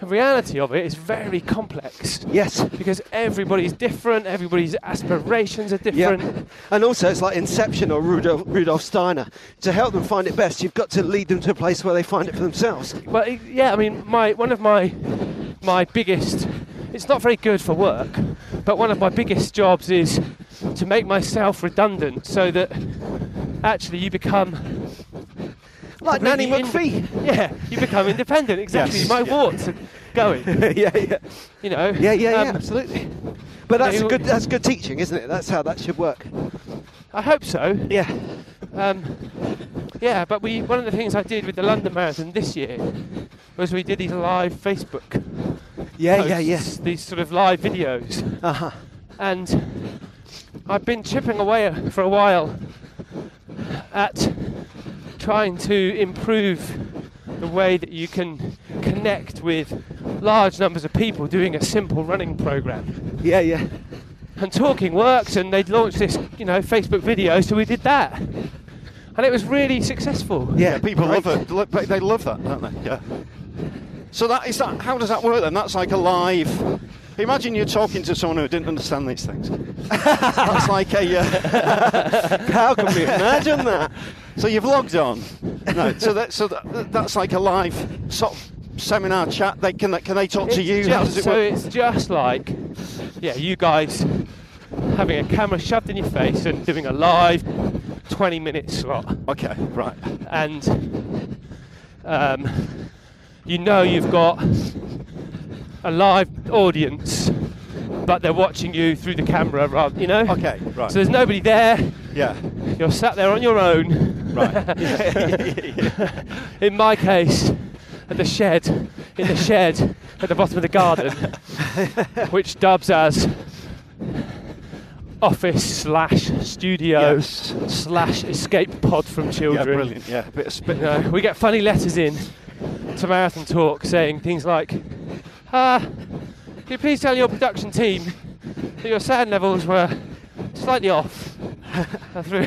S2: the reality of it is very complex
S3: Yes.
S2: because everybody's different. Everybody's aspirations are
S3: Yeah.
S2: different.
S3: And also, it's like Inception or Rudolf, Rudolf Steiner. To help them find it best, you've got to lead them to a place where they find it for themselves.
S2: But it- yeah, I mean, my one of my my biggest. It's not very good for work, but one of my biggest jobs is to make myself redundant so that actually you become
S3: Like Nanny
S2: completely
S3: McPhee.
S2: ind- yeah, you become independent. Exactly,
S4: Yes,
S2: my
S4: yeah.
S2: warts are going.
S3: yeah, yeah,
S2: You know.
S3: yeah, yeah, yeah,
S2: Um,
S3: absolutely. But that's
S2: they-
S3: good. That's good teaching, isn't it? That's how that should work.
S2: I hope so.
S3: Yeah.
S2: Um, yeah, but we one of the things I did with the London Marathon this year was we did these live Facebook
S3: Yeah,
S2: posts,
S3: yeah, yeah.
S2: these sort of live videos,
S3: Uh huh.
S2: and I've been chipping away for a while at trying to improve the way that you can connect with large numbers of people doing a simple running program.
S3: Yeah, yeah.
S2: And talking works, and they'd launched this, you know, Facebook video, so we did that, and it was really successful.
S3: Yeah,
S4: Yeah, people
S3: great.
S4: love it. Lo- but They love that, don't they? Yeah. So that is that. How does that work then? That's like a live. Imagine you're talking to someone who didn't understand these things. That's like a. Uh,
S3: How can we imagine that?
S4: so you've logged on. No. So that so that, that's like a live sort of seminar chat. They can they, can they talk to
S2: It's
S4: you? How
S2: just-
S4: does it
S2: so
S4: work?
S2: it's just like, yeah, you guys having a camera shoved in your face and doing a live 20 minute slot.
S4: Okay. Right.
S2: and um, you know you've got a live audience, but they're watching you through the camera, rather, you know.
S4: Okay. Right.
S2: So there's nobody there.
S4: yeah.
S2: You're sat there on your own.
S4: Right.
S2: In my case, at the shed, in the shed at the bottom of the garden, which dubs as office slash studio
S4: Yes.
S2: slash escape pod from
S4: Yeah.
S2: children.
S4: Brilliant. Yeah. A bit of spit.
S2: You know, uh, we get funny letters in to Marathon Talk saying things like, uh, "Can you please tell your production team that your sound levels were slightly off?" Uh, through-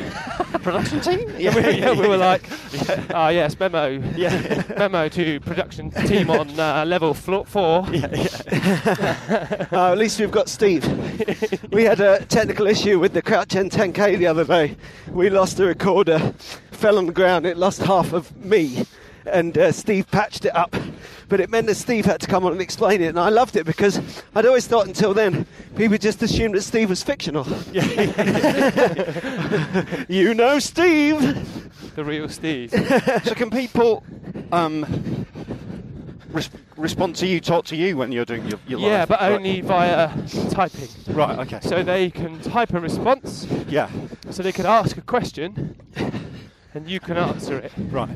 S4: Production team.
S2: yeah, we, yeah, we were like,
S4: Yeah.
S2: "Ah, yes, memo,
S4: Yeah.
S2: memo to production team on uh, level floor four.
S3: Uh, at least we've got Steve. we had a technical issue with the Crouch End 10K the other day. We lost the recorder, fell on the ground, it lost half of me, and uh, Steve patched it up. But it meant that Steve had to come on and explain it, and I loved it because I'd always thought until then people just assumed that Steve was fictional. you know Steve!
S2: The real Steve.
S4: So can people um, res- respond to you, talk to you when you're doing your, your
S2: yeah,
S4: live?
S2: but
S4: Right.
S2: only via typing.
S4: Right. Okay.
S2: So they can type a response,
S4: yeah.
S2: so they can ask a question, and you can answer it.
S4: Right.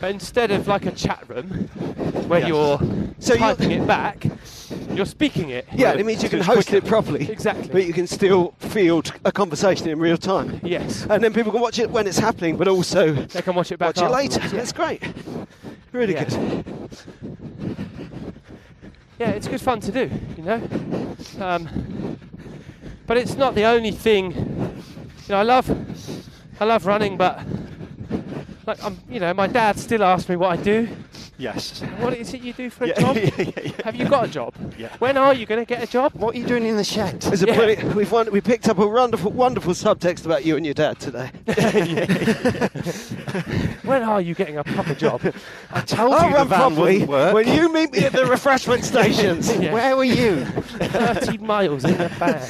S2: But instead of like a chat room where
S4: Yeah.
S2: you're
S3: So you-
S2: typing it back, you're speaking it.
S3: Yeah, it means you can
S4: it's
S3: host
S4: quicker.
S3: it properly.
S2: Exactly.
S3: But you can still field a conversation in real time.
S2: Yes.
S3: And then people can watch it when it's happening, but also
S2: They can watch it back.
S3: Uh, watch it later.
S2: afterwards,
S3: That's great. Really
S2: Yeah.
S3: good.
S2: Yeah. yeah, it's good fun to do, you know. Um, but it's not the only thing. You know, I love, I love running, but like I'm, you know, my dad still asks me what I do.
S4: Yes.
S2: What is it you do for a
S4: Yeah.
S2: job?
S4: yeah, yeah, yeah.
S2: Have you got a job?
S4: Yeah.
S2: When are you going to get a job?
S4: What are you doing in the shed?
S3: There's a
S2: Yeah.
S3: brilliant- we've won, we picked up a wonderful, wonderful subtext about you and your dad today.
S2: When are you getting a proper job?
S4: I told
S3: I'll
S4: you the
S3: run
S4: van
S3: properly
S4: wouldn't work.
S3: when you meet me at the refreshment stations.
S2: Yeah.
S4: Where were you?
S2: 30 miles in a bag.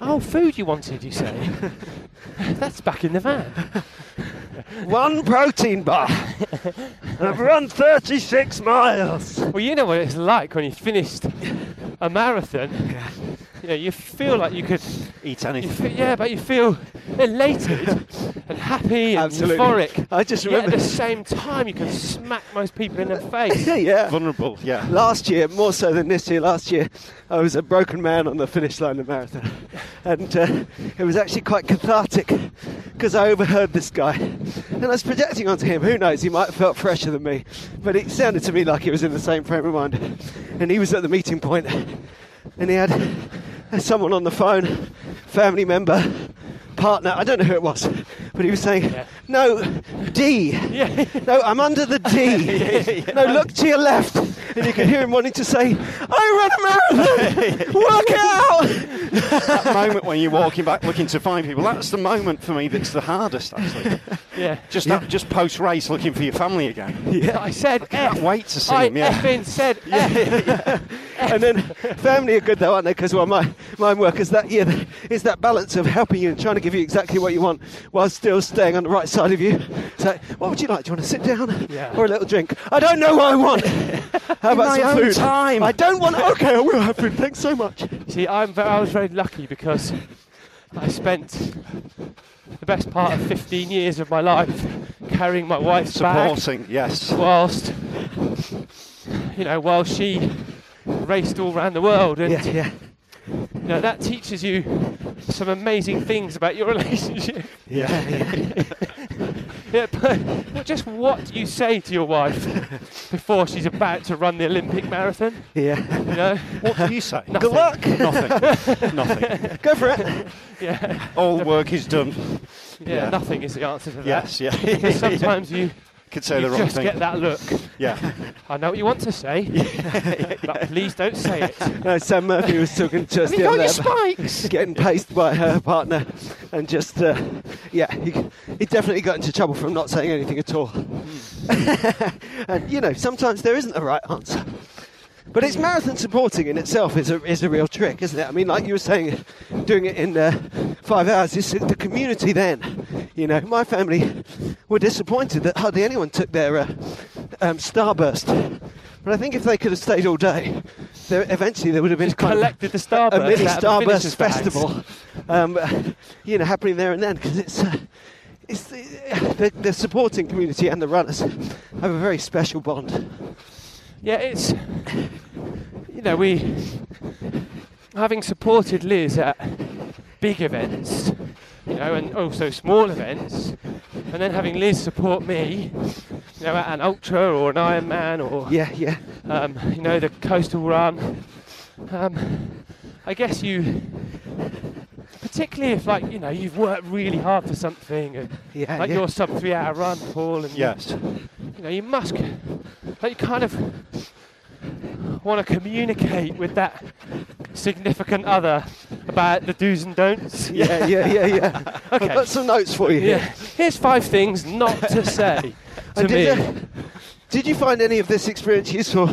S2: Oh, food you wanted, you say? That's back in the van.
S3: One protein bar. And I've run 36 miles.
S2: Well, you know what it's like when you finished a marathon. You know, you feel like you could.
S4: Eat
S2: You
S4: anything.
S2: feel, yeah, but you feel elated and happy and
S3: Absolutely.
S2: euphoric.
S3: I just
S2: Yet at
S3: remember.
S2: the same time, you can smack most people in the face.
S3: Yeah, yeah.
S4: Vulnerable. Yeah.
S3: Last year, more so than this year, last year, I was a broken man on the finish line of the marathon. And uh, it was actually quite cathartic because I overheard this guy. And I was projecting onto him. Who knows? He might have felt fresher than me. But it sounded to me like he was in the same frame of mind. And he was at the meeting point, And he had someone on the phone, family member, partner. I don't know who it was. But he was saying,
S2: Yeah.
S3: no, D.
S2: Yeah.
S3: No, I'm under the D. No, look to your left. And you can hear him wanting to say, I run a marathon! Work out!
S4: that moment when you're walking back looking to find people. That's the moment for me that's the hardest, actually.
S2: Yeah.
S4: Just that, just post race looking for your family again.
S2: I said
S4: can't
S2: F.
S4: wait to see
S2: I
S4: him, yeah.
S2: effing said F.
S3: And then family are good though, aren't they? Because well, my mine work is that yeah, is that balance of helping you and trying to give you exactly what you want while still staying on the right side of you. It's like, what would you like? Do you want to sit down
S2: Yeah.
S3: or a little drink? I don't know what I want. How about
S4: my
S3: some
S4: own
S3: food?
S4: time.
S3: I don't want. Okay, I will have food. Thanks so much.
S2: See, I'm ve- I was very lucky because I spent the best part of 15 years of my life carrying my wife's bag
S4: Supporting. Yes.
S2: whilst, you know, while she raced all around the world. And,
S3: Yeah, yeah,
S2: you know, that teaches you some amazing things about your relationship.
S3: yeah.
S2: Yeah, but but just what you say to your wife before she's about to run the Olympic marathon,
S3: Yeah.
S2: you know?
S4: What do you say?
S3: Good luck.
S4: Nothing. Nothing.
S3: Go for it.
S2: Yeah,
S4: All work is done.
S2: yeah,
S4: Yeah.
S2: nothing is the answer to that.
S4: Yes, yeah.
S2: Because sometimes you,
S4: Could say
S2: you
S4: the wrong
S2: just
S4: thing.
S2: get that look.
S4: Yeah.
S2: I know what you want to say, but please don't say it.
S3: No, Uh, Sam Murphy was talking to us
S2: Have you
S3: the
S2: got
S3: other
S2: your
S3: day. about
S2: spikes?
S3: Getting paced by her partner, and just uh, yeah, he, he definitely got into trouble from not saying anything at all. and you know, sometimes there isn't a right answer. But it's marathon supporting in itself is a, is a real trick, isn't it? I mean, like you were saying, doing it in uh, five hours, is the community then. You know, my family were disappointed that hardly anyone took their uh, um, starburst. But I think if they could have stayed all day, there, eventually there would have been kind of
S2: Collected the Starburst.
S3: a mini
S2: out of the
S3: starburst
S2: finishers' bags.
S3: festival, um, you know, happening there and then because it's. Uh, it's the, the, the supporting community and the runners have a very special bond.
S2: Yeah, it's you know we having supported Liz at big events, you know, and also small events, and then having Liz support me, you know, at an ultra or an Ironman or
S3: Yeah, yeah,
S2: um, you know the coastal run. Um, I guess you, particularly if like you know you've worked really hard for something, and,
S3: yeah.
S2: like
S3: yeah.
S2: your sub three hour run, Paul, and you-
S4: Yes.
S2: you know, you must, like, you kind of want to communicate with that significant other about the do's and don'ts.
S3: yeah, yeah, yeah, yeah. I've
S2: Okay.
S3: got some notes for you.
S2: Yeah.
S3: here.
S2: Here's five things not to say to
S3: And did,
S2: me.
S3: uh, did you find any of this experience useful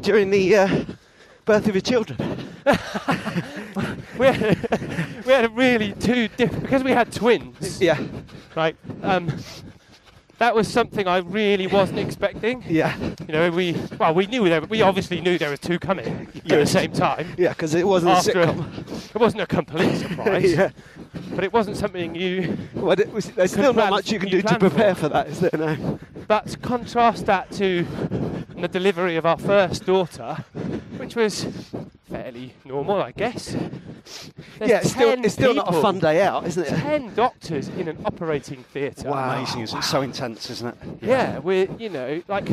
S3: during the uh, birth of your children?
S2: We had, we had a really two different because we had twins.
S3: Yeah,
S2: Right. Um, that was something I really wasn't expecting.
S3: yeah,
S2: You know, we well, we knew there. We obviously knew there were two coming at the
S3: Yes.
S2: same time.
S3: yeah. Because it wasn't
S2: After
S3: a
S2: a-
S3: sitcom.
S2: it wasn't a complete surprise,
S3: yeah.
S2: but it wasn't something you
S3: Well, it was, there's still not
S2: plan-
S3: much you can do
S2: you
S3: to
S2: plan for.
S3: prepare for that, is there? No.
S2: But contrast that to the delivery of our first daughter, which was fairly normal, I guess. There's
S3: yeah, it's still,
S2: 10
S3: it's still not a
S2: people,
S3: fun day out, isn't it?
S2: Ten doctors in an operating theatre.
S3: Wow.
S4: Amazing. It's so intense, isn't it?
S2: Yeah, we're you know like,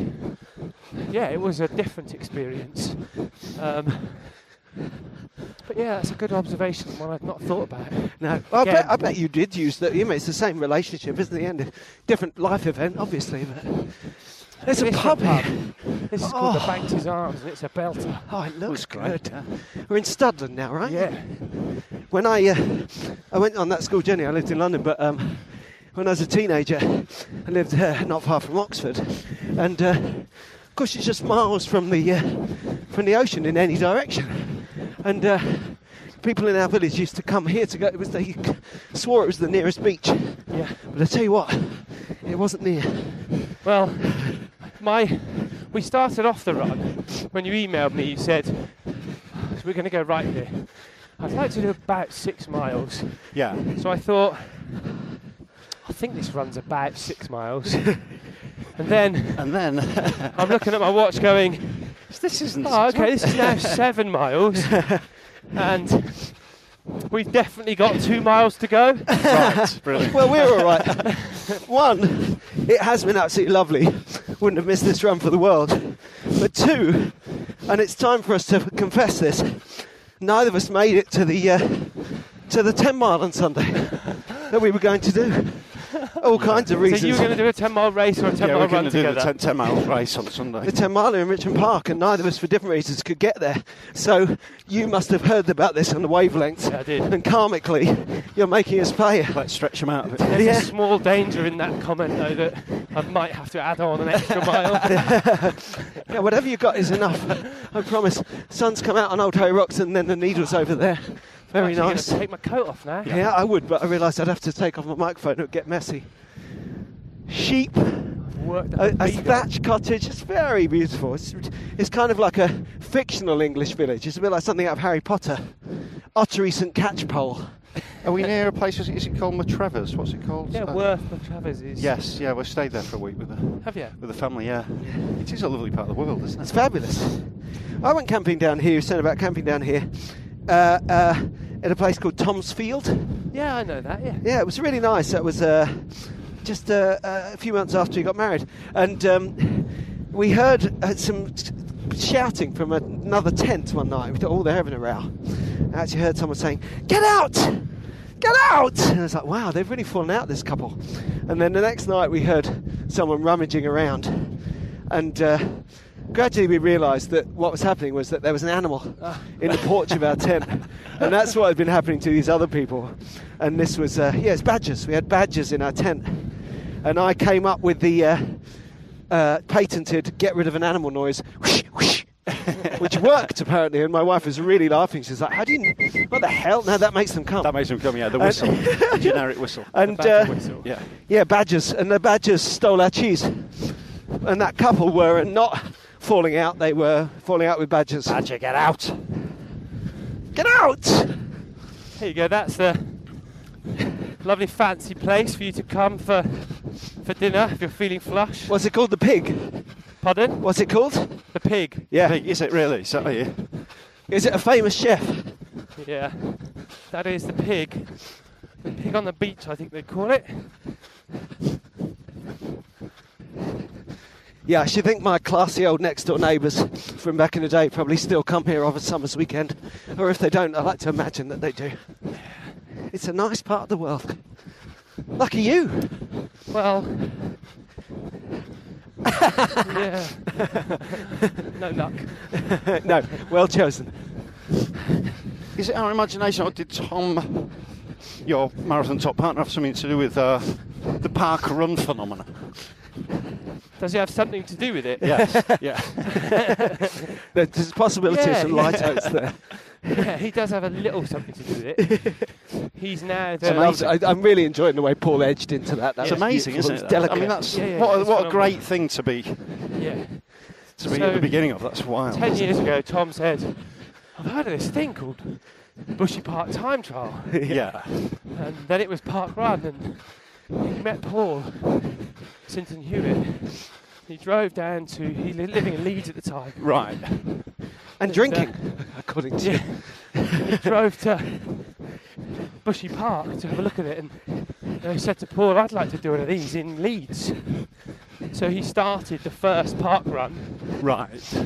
S2: yeah, it was a different experience. Um, but yeah, that's a good observation, one I've not thought about.
S3: No. Well, I,
S2: Yeah.
S3: bet, I bet you did use that. You know, it's the same relationship, isn't it? the end? Different life event, obviously. But there's a
S2: This
S3: pub
S2: pub.
S3: here.
S2: This is called the
S3: Oh.
S2: Bankers Arms, and it's a belter.
S3: Oh, it looks
S4: great,
S3: good. We're in Studland now, right?
S2: Yeah,
S3: when I uh, I went on that school journey, I lived in London, but um, when I was a teenager, I lived uh, not far from Oxford, and uh, of course it's just miles from the uh, from the ocean in any direction, and. Uh, People in our village used to come here to go. It was they swore it was the nearest beach,
S2: yeah.
S3: but I tell you what, it wasn't near.
S2: Well, my we started off the run when you emailed me. You said "So we're going to go right here. I'd like to do about six miles.
S4: Yeah.
S2: So I thought, I think this runs about six miles. and then
S4: And then
S2: I'm looking at my watch, going,
S4: this isn't.
S2: "Oh, okay, this is now seven miles, and we've definitely got two miles to go."
S4: right. Brilliant.
S3: Well, we're all right. One, it has been absolutely lovely. Wouldn't have missed this run for the world. But two, and it's time for us to confess this. Neither of us made it to the uh, to the ten mile on Sunday that we were going to do. All kinds of
S2: So
S3: reasons.
S2: you were going to do a ten-mile race or a
S4: yeah,
S2: ten-mile
S4: we're
S2: run
S4: going to do
S2: together?
S4: the 10, 10 mile race on Sunday.
S3: the 10 miler in Richmond Park, and neither of us, for different reasons, could get there. So you must have heard about this on the wavelengths.
S2: Yeah, I did.
S3: And karmically, you're making us pay.
S4: Let's stretch them out a bit.
S2: There's
S3: Yeah.
S2: a small danger in that comment, though, that I might have to add on an extra mile.
S3: Yeah, whatever you got is enough. I promise. Sun's come out on Old Hay Rocks, and then the needle's over there. Very
S2: I'm actually
S3: nice.
S2: gonna Take my coat off now.
S3: Yeah, I would, but I realised I'd have to take off my microphone. It would get messy. Sheep, a,
S2: Worked out
S3: a
S2: the beat
S3: thatch cottage. It's very beautiful. It's, it's kind of like a fictional English village. It's a bit like something out of Harry Potter. Ottery St Catchpole.
S4: Are we near a place? Is it, is it called Matrevers? What's it
S2: up.
S4: called?
S2: Yeah,
S4: Uh,
S2: Worth and Travers is.
S4: Yes, yeah, we stayed there for a week with the
S2: Have you?
S4: with the family. Yeah, it is a lovely part of the world, isn't it?
S3: It's fabulous. I went camping down here. You said about camping down here. Uh, uh, at a place called Tom's Field.
S2: Yeah, I know that, yeah.
S3: Yeah, it was really nice. That was uh, just uh, uh, a few months after we got married, and um, we heard uh, some s- shouting from another tent one night. We thought, oh, they're having a row. I actually heard someone saying, "Get out! Get out!" And I was like, wow, they've really fallen out this couple. And then the next night, we heard someone rummaging around and uh, gradually we realised that what was happening was that there was an animal in the porch of our tent, and that's what had been happening to these other people. And this was, uh, yeah, it's badgers. We had badgers in our tent, and I came up with the uh, uh, patented get rid of an animal noise. whoosh, whoosh, which worked apparently, and my wife was really laughing. She's like, "How do you? What the hell? No, that makes them come."
S4: That makes them come, yeah, the whistle. the generic whistle.
S3: and
S2: badger
S3: uh,
S2: whistle.
S4: yeah.
S3: yeah, badgers, and the badgers stole our cheese. And that couple were not falling out; they were falling out with badgers.
S4: Badger, get out.
S3: Get out!
S2: There you go. That's the lovely fancy place for you to come for for dinner if you're feeling flush.
S3: What's it called? The pig?
S2: Pardon?
S3: What's it called?
S2: The pig.
S3: Yeah.
S4: Pig, is it really? Is that you?
S3: Is it a famous chef?
S2: Yeah. That is the pig. The pig on the beach, I think they call it.
S3: Yeah, I should think my classy old next door neighbours from back in the day probably still come here over summer's weekend. Or if they don't, I like to imagine that they do. It's a nice part of the world. Lucky you.
S2: Well. yeah. no luck.
S3: no, well chosen.
S4: Is it our imagination, or did Tom, your marathon top partner, have something to do with uh, the park run phenomenon?
S2: Does it have something to do with it?
S4: Yes, yeah.
S3: There's a possibility of
S2: Yeah,
S3: some
S2: yeah.
S3: light oats there.
S2: Yeah, he does have a little something to do with it. He's now the.
S3: Loved- I, I'm really enjoying the way Paul edged into that. That
S4: It's
S3: was
S4: amazing,
S3: beautiful.
S4: isn't it?
S3: It's delicate.
S4: I mean, that's
S2: Yeah, yeah,
S4: what,
S2: it's
S4: a, what a
S2: phenomenal.
S4: great thing to be to
S2: Yeah.
S4: be
S2: So-
S4: at the beginning of. That's wild.
S2: Ten years ago, Tom said, I've heard of this thing called Bushy Park Time Trial.
S4: Yeah.
S2: And then it was Park Run, and he met Paul Sinton Hewitt. He drove down to, he was living in Leeds at the time.
S4: Right.
S3: and
S2: It's, uh,
S3: drinking, according to
S2: Yeah. he drove to Bushy Park to have a look at it, and you know, he said to Paul, I'd like to do one of these in Leeds. So he started the first park run
S4: Right.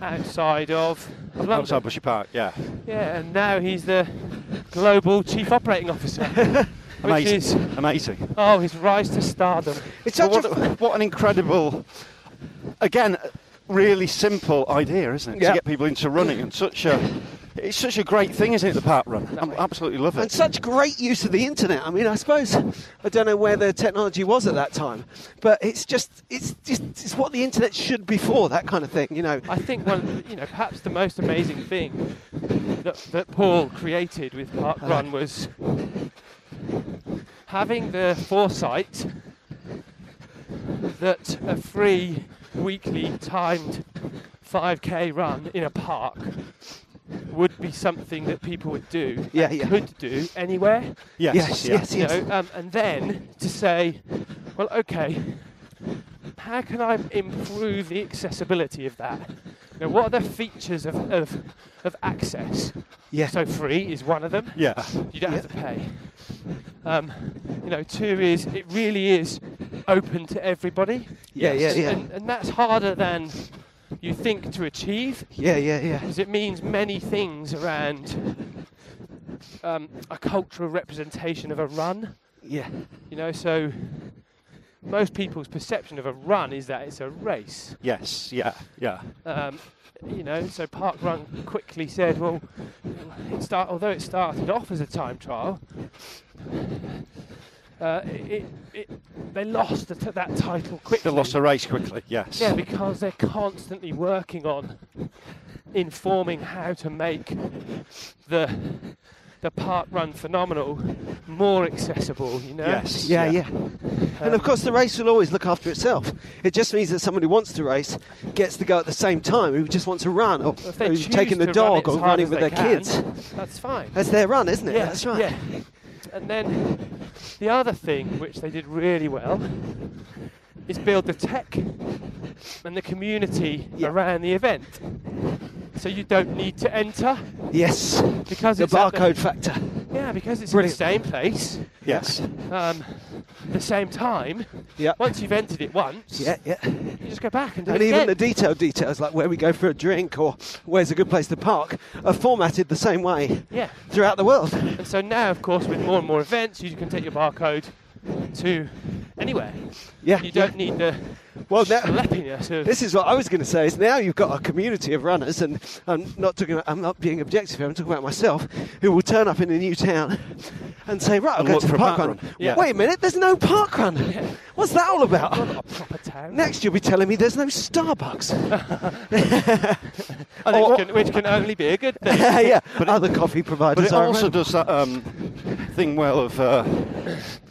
S2: outside of London.
S4: Outside Bushy Park, yeah.
S2: Yeah, and now he's the global chief operating officer. which
S4: Amazing.
S2: is,
S4: Amazing.
S2: oh, his rise to stardom.
S3: It's
S4: Well,
S3: such
S4: what,
S3: a
S4: a- what an incredible, again, really simple idea, isn't it?
S3: Yeah.
S4: To get people into running and such a, it's such a great thing, isn't it? The park run, I absolutely love
S3: and
S4: it.
S3: such great use of the internet. I mean, I suppose I don't know where the technology was at that time, but it's just it's just it's what the internet should be for. That kind of thing, you know.
S2: I think one, you know, perhaps the most amazing thing that, that Paul created with Park
S3: Uh-huh.
S2: Run was having the foresight that a free weekly timed 5k run in a park would be something that people would do and
S3: Yeah, yeah.
S2: could do anywhere
S4: Yes,
S3: yes,
S4: yeah.
S3: yes,
S2: you
S3: yes.
S2: know, um, and then to say, well, okay, how can I improve the accessibility of that? You know, what are the features of, of, of access?
S3: Yeah.
S2: So free is one of them.
S4: Yeah.
S2: You don't have to pay. Um, you know, two is it really is open to everybody.
S3: yeah, yeah,
S2: And-
S3: yeah,
S2: And, and that's harder than you think to achieve
S3: yeah, yeah, yeah.
S2: because it means many things around um, a cultural representation of a run.
S3: Yeah,
S2: You know, so most people's perception of a run is that it's a race.
S4: Yes, yeah, yeah.
S2: Um, you know, so Park Run quickly said, well, it start, although it started off as a time trial, uh, it, it, they lost the t- that title
S4: They
S2: quickly.
S4: lost a race quickly, yes.
S2: Yeah, because they're constantly working on informing how to make the the park run phenomenal more accessible. You know.
S4: Yes.
S3: yeah, yeah. and of course, the race will always look after itself. It just means that somebody who wants to race gets to go at the same time. Who just wants to run, or
S2: If they
S3: who's
S2: choose
S3: taking the
S2: to run
S3: dog,
S2: it as
S3: or
S2: hard
S3: running
S2: as
S3: with
S2: they
S3: their
S2: can,
S3: kids.
S2: That's fine.
S3: That's their run, isn't it?
S2: yeah,
S3: That's right.
S2: Yeah. And then the other thing which they did really well is build the tech and the community
S3: Yeah.
S2: around the event. So you don't need to enter
S3: Yes.
S2: because
S3: The
S2: it's at
S3: barcode factor.
S2: The, Yeah, because it's
S3: Brilliant.
S2: in the same place,
S4: Yes.
S2: um, the same time.
S3: Yeah.
S2: Once you've entered it once,
S3: Yeah, yeah.
S2: you just go back and do
S3: And
S2: it
S3: even the
S2: again.
S3: detailed details, like where we go for a drink or where's a good place to park, are formatted the same way
S2: yeah.
S3: throughout the world.
S2: And so now, of course, with more and more events, you can take your barcode to anywhere.
S3: Yeah,
S2: You don't need the
S3: Well, now-
S2: schleppiness of
S3: Oh, This is what I was going to say. Is now you've got a community of runners, and I'm not talking. I'm not being objective. here, I'm talking about myself, who will turn up in a new town and say, "Right, I'll
S4: And
S3: go
S4: look
S3: to
S4: for a
S3: park
S4: park
S3: run."
S4: run. Yeah.
S3: Wait a minute, there's no park run. What's that all
S2: You're not a
S3: about?
S2: proper town.
S3: Next, you'll be telling me there's no Starbucks.
S2: I think
S3: Or-
S2: can, which can only be a good thing.
S3: yeah, other coffee
S4: But
S3: providers.
S4: it
S3: are
S4: also
S3: around.
S4: does that um, thing well of uh,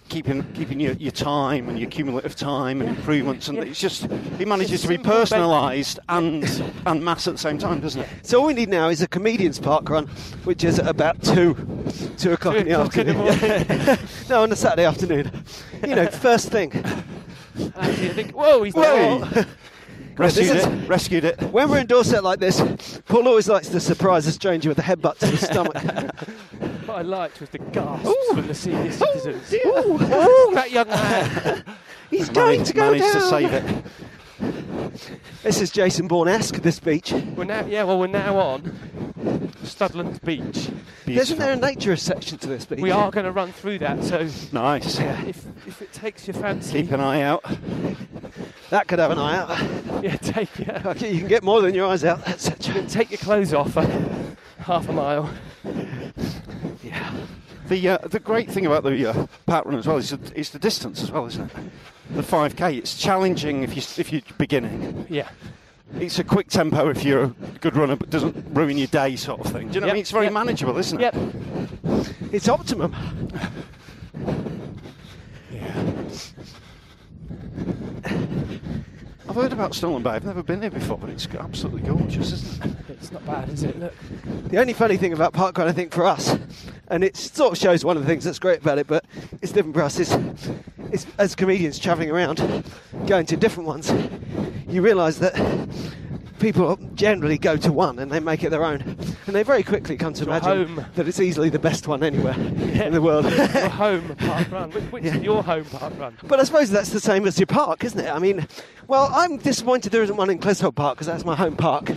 S4: keeping keeping your, your time and your cumulative time and improvements, and it's just it manages
S2: It's
S4: to be
S2: simple, but-
S4: personalised and and mass at the same time, doesn't it?
S3: So all we need now is a comedian's park run, which is at about two, two o'clock in the
S2: o'clock in the
S3: afternoon. no, on a Saturday afternoon. You know, first thing.
S2: Actually, I think, whoa, he's
S3: Whoa.
S2: there.
S4: Rescued
S3: this
S4: it. Rescued it.
S3: When we're in Dorset like this, Paul always likes to surprise a stranger with a headbutt to the stomach.
S2: What I liked was the gasps from the senior citizens.
S3: Ooh,
S2: That young man.
S3: he's going
S4: Managed-
S3: to go down.
S4: managed to save it.
S3: This is Jason Bourne-esque, this beach.
S2: we're now, yeah, well, we're now on Studland Beach.
S3: Isn't there a naturist section to this beach?
S2: We are going to run through that, so
S4: Nice.
S2: if, if it takes your fancy,
S4: Keep an eye out.
S3: That could have an eye out.
S2: yeah, take it.
S3: Okay, you can get more than your eyes out, etc.
S2: Take your clothes off uh, half a mile.
S4: The uh, the great thing about the uh, pat run as well is the, is the distance as well, isn't it? The 5k. It's challenging if you if you're beginning.
S2: Yeah.
S4: It's a quick tempo if you're a good runner, but doesn't ruin your day, sort of thing. Do you know what I
S2: Yep,
S4: mean? It's very
S2: yep.
S4: manageable, isn't it?
S2: Yep.
S3: It's optimum.
S4: I've heard about Stolen Bay. I've never been here before, but it's absolutely gorgeous, isn't it?
S2: It's not bad, is it? Look.
S3: The only funny thing about parkrun, I think, for us, and it sort of shows one of the things that's great about it, but it's different for us, is, is as comedians travelling around, going to different ones, you realise that people generally go to one and they make it their own. And they very quickly come to
S2: Your
S3: imagine
S2: home.
S3: that it's easily the best one anywhere in the world.
S2: Your home park run. Which, which is your home park run?
S3: But I suppose that's the same as your park, isn't it? I mean, well, I'm disappointed there isn't one in Clissold Park because that's my home park.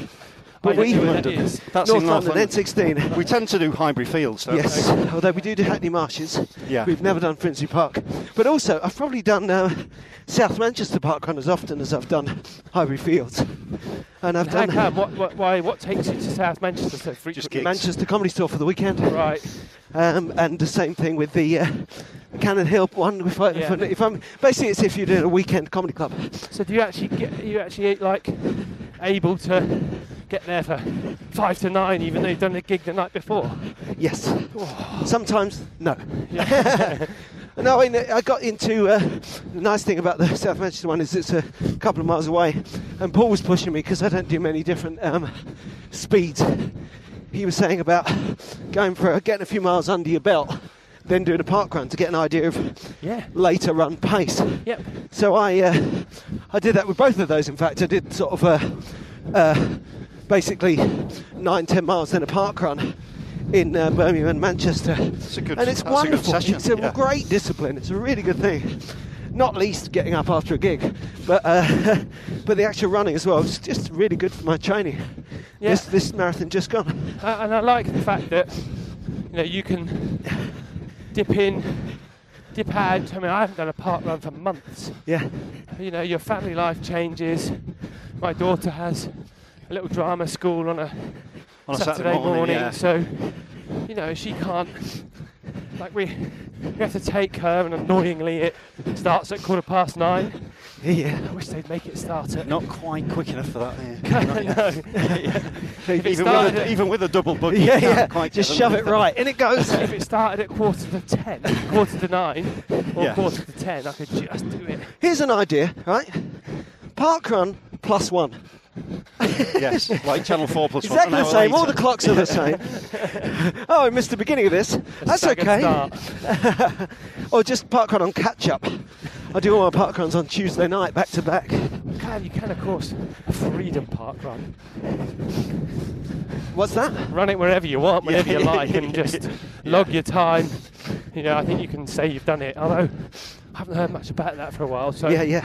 S2: I don't
S3: we-
S2: know where that is.
S4: That's
S3: North
S4: in North
S3: London,
S4: London.
S3: N16.
S4: We tend to do Highbury Fields, don't
S3: Yes,
S4: we?
S3: although we do do Hackney Marshes.
S4: Yeah.
S3: We've never done Finsbury Park. But also, I've probably done uh, South Manchester Park run as often as I've done Highbury Fields. And I've
S2: How
S3: done
S2: come? What, what, why? What takes you to South Manchester so frequently?
S4: gigs.
S3: Manchester Comedy Store for the weekend.
S2: Right.
S3: Um, and the same thing with the uh, Cannon Hill one. If, I, if,
S2: Yeah.
S3: I'm, if I'm- Basically, it's if you're doing a weekend comedy club.
S2: So do you actually get? Are you actually like able to get there for five to nine, even though you've done a gig the night before?
S3: Yes. Sometimes, no. no, I, I got into uh, the nice thing about the South Manchester one is it's a couple of miles away, and Paul was pushing me because I don't do many different um, speeds. He was saying about going for getting a few miles under your belt, then doing a park run to get an idea of
S2: Yeah.
S3: later run pace.
S2: Yep.
S3: So I, uh, I did that with both of those. In fact, I did sort of uh, uh, basically nine, ten miles in a park run in uh, Birmingham and Manchester.
S4: a good-
S3: and it's
S4: that's a good
S3: wonderful.
S4: session,
S3: it's a
S4: yeah.
S3: great discipline. It's a really good thing. Not least getting up after a gig, but uh, but the actual running as well. It's just really good for my training.
S2: Yeah.
S3: This this marathon just gone.
S2: Uh, and I like the fact that you know you can dip in, dip out. I mean, I haven't done a park run for months.
S3: Yeah.
S2: You know, your family life changes. My daughter has a little drama school on a,
S4: On a
S2: Saturday,
S4: Saturday morning, yeah.
S2: so you know she can't. Like we, we have to take her, and annoyingly it starts at quarter past nine.
S3: Yeah.
S2: I wish they'd make it start at.
S4: Not quite quick enough for that.
S2: I
S4: Yeah. Not yet.
S2: know. If it
S4: even, with
S2: started
S4: a,
S2: at-
S4: even with a double buggy,
S3: Yeah,
S4: you can't
S3: yeah.
S4: quite
S3: Just
S4: get them.
S3: shove it right, in it goes.
S2: if it started at quarter to ten, quarter to nine, or
S4: Yeah.
S2: quarter to ten, I could just do it.
S3: Here's an idea, right? Park run plus one.
S4: yes, like Channel 4 plus
S3: Exactly
S4: one.
S3: the
S4: an hour
S3: same. All the
S4: later.
S3: clocks are the same. oh, I missed the beginning of this. That's
S2: Staggered
S3: okay.
S2: start.
S3: Or just parkrun on catch up. I do all my parkruns on Tuesday night, back to back.
S2: can, you can, of course, a Freedom Park run.
S3: What's that?
S2: Run it wherever you want, whenever
S4: Yeah.
S2: you like, and just log your time. You know, I think you can say you've done it. Although I haven't heard much about that for a while. So
S3: Yeah, yeah.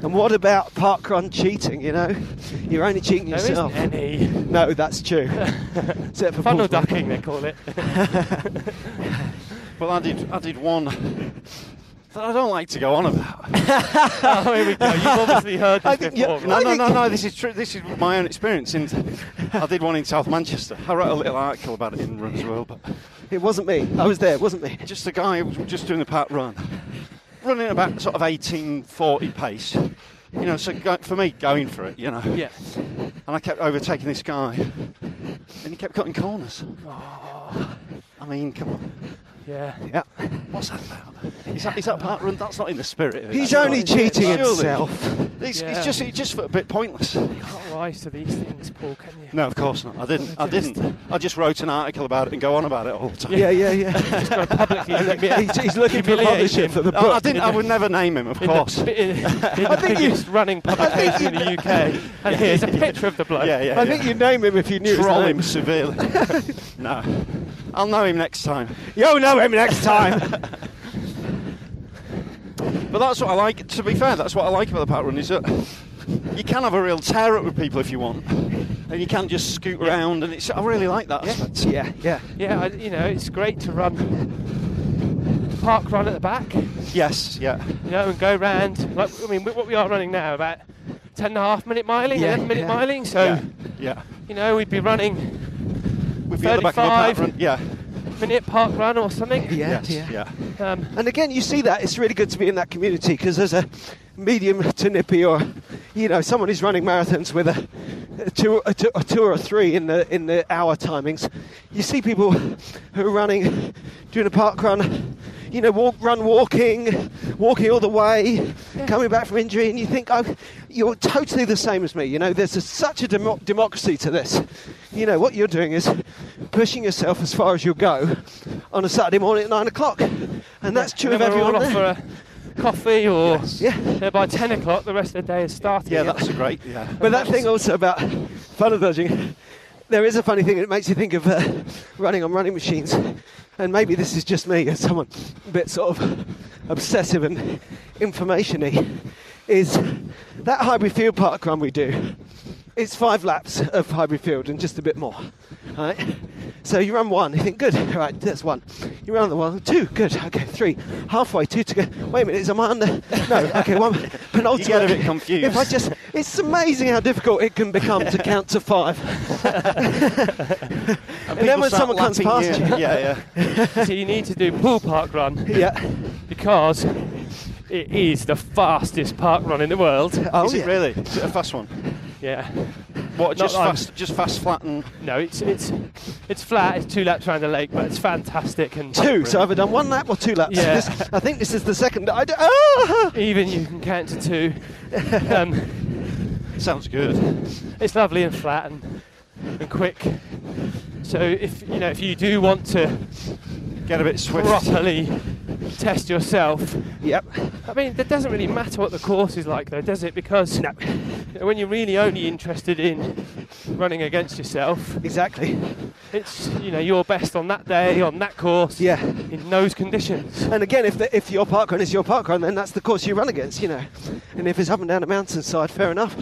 S3: And what about parkrun cheating? You know, you're only cheating
S2: there
S3: yourself.
S2: isn't any
S3: No, that's true. Except for
S2: funnel
S3: Paul's one.
S2: ducking, they call it.
S4: Well, I did, I did one that I don't like to go on about.
S2: oh, here we go. You've obviously heard
S3: I
S2: this
S3: think-
S2: before.
S3: yeah,
S2: right?
S4: No, no, no, no. This is true. This is my own experience. In, I did one in South Manchester. I wrote a little article about it in Runners World, but
S3: It wasn't me. I was there. It wasn't me.
S4: just a guy who was just doing the park run, running about sort of 1840 pace. You know, so go, for me, going for it. You know.
S2: Yeah.
S4: And I kept overtaking this guy, and he kept cutting corners. I mean, come on,
S2: Yeah.
S3: Yeah.
S4: what's that about? Is that, is that park run? That's not in the spirit of it.
S3: He's
S4: That's
S3: only
S4: not-
S3: cheating
S4: Surely.
S3: himself.
S4: It's,
S2: Yeah.
S4: it's just it's just a bit pointless.
S2: Can't rise to these things, Paul, can you?
S4: No, of course not. I didn't. I didn't. I just wrote an article about it and go on about it all the time.
S3: Yeah, yeah, yeah.
S2: Just gotta publicly humiliate-
S3: he's, he's looking for
S2: Humiliate
S3: publishing
S2: him.
S3: for the book.
S4: I, I didn't. I would never name him, of
S2: in the-
S4: course.
S2: in- in
S3: I
S2: the
S3: think you-
S2: biggest running publication in the UK. And here's a picture of the bloke.
S4: Yeah, yeah.
S3: I think you'd name him if you knew. his
S4: troll
S3: name.
S4: him severely. no, I'll know him next time.
S3: You'll know him next time.
S4: But that's what I like. To be fair, that's what I like about the park run is that you can have a real tear up with people if you want, and you can just scoot around. And it's I really like that. aspect.
S3: yeah, yeah.
S2: Yeah, I, you know, it's great to run park run at the back, you
S4: Yes. Yeah.
S2: know, and go round. Like, I mean, what we are running now, about 10 and a half minute miling,
S3: Yeah,
S2: 11 minute
S3: yeah.
S2: miling. So,
S4: yeah. Yeah.
S2: you know, we'd be running
S4: We'd be at the back of a park
S2: 35.
S4: run. Yeah.
S2: minute park run or something.
S3: Yeah,
S4: Yes.
S3: yeah.
S4: Yeah.
S2: Um,
S3: And again, you see that it's really good to be in that community because as a medium to nippy or you know someone who's running marathons with a, a two, a, two, a two or a three in the in the hour timings, you see people who are running doing a park run, you know walk run walking, walking all the way, coming back from injury, and you think oh, you're totally the same as me. You know there's a, such a demo- democracy to this. You know what you're doing is pushing yourself as far as you'll go on a Saturday morning at nine o'clock. And that's true of
S2: then we're all
S3: everyone there.
S2: off for a coffee or
S3: Yeah.
S2: uh, by 10 o'clock the rest of the day is starting.
S4: Yeah. That's a great. Yeah.
S3: But that thing also about funnel dodging, there is a funny thing. It makes you think of uh, running on running machines. And maybe this is just me as someone a bit sort of obsessive and information-y, is that Highbury Field Park run we do, it's five laps of Highbury Field and just a bit more, right? So you run one, you think, good, all right, that's one. You run another one, two, good, okay, three, halfway, two to go. Wait a minute, is am I under? No, okay, one, penultimate.
S4: You get a bit confused.
S3: If I just, it's amazing how difficult it can become to count to five. and then
S4: People
S3: when
S4: start
S3: someone comes
S4: lapping
S3: past
S4: you.
S3: you,
S4: Yeah. Yeah.
S2: so you need to do pool park run
S3: yeah,
S2: because it is the fastest park run in the world.
S3: oh
S4: is
S3: yeah,
S4: it really? Is it a fast one?
S2: Yeah.
S4: What?
S2: Not
S4: Just
S2: like-
S4: fast. Just fast flatten.
S2: No, it's it's it's flat. It's two laps around the lake, but it's fantastic and
S3: two. So I've done one lap or two laps.
S2: Yeah.
S3: This, I think this is the second. I d- ah!
S2: even you can count to two. Um,
S4: Sounds good.
S2: it's lovely and flat and, and quick. So if you know if you do want to
S4: Get a bit swift.
S2: properly test yourself,
S3: Yep.
S2: I mean it doesn't really matter what the course is like though, does it? Because
S3: No.
S2: when you're really only interested in running against yourself,
S3: Exactly.
S2: it's you know your best on that day on that course
S3: Yeah.
S2: in those conditions.
S3: And again, if the, if your parkrun is your parkrun, then that's the course you run against, you know. And if it's up and down a mountainside, fair enough.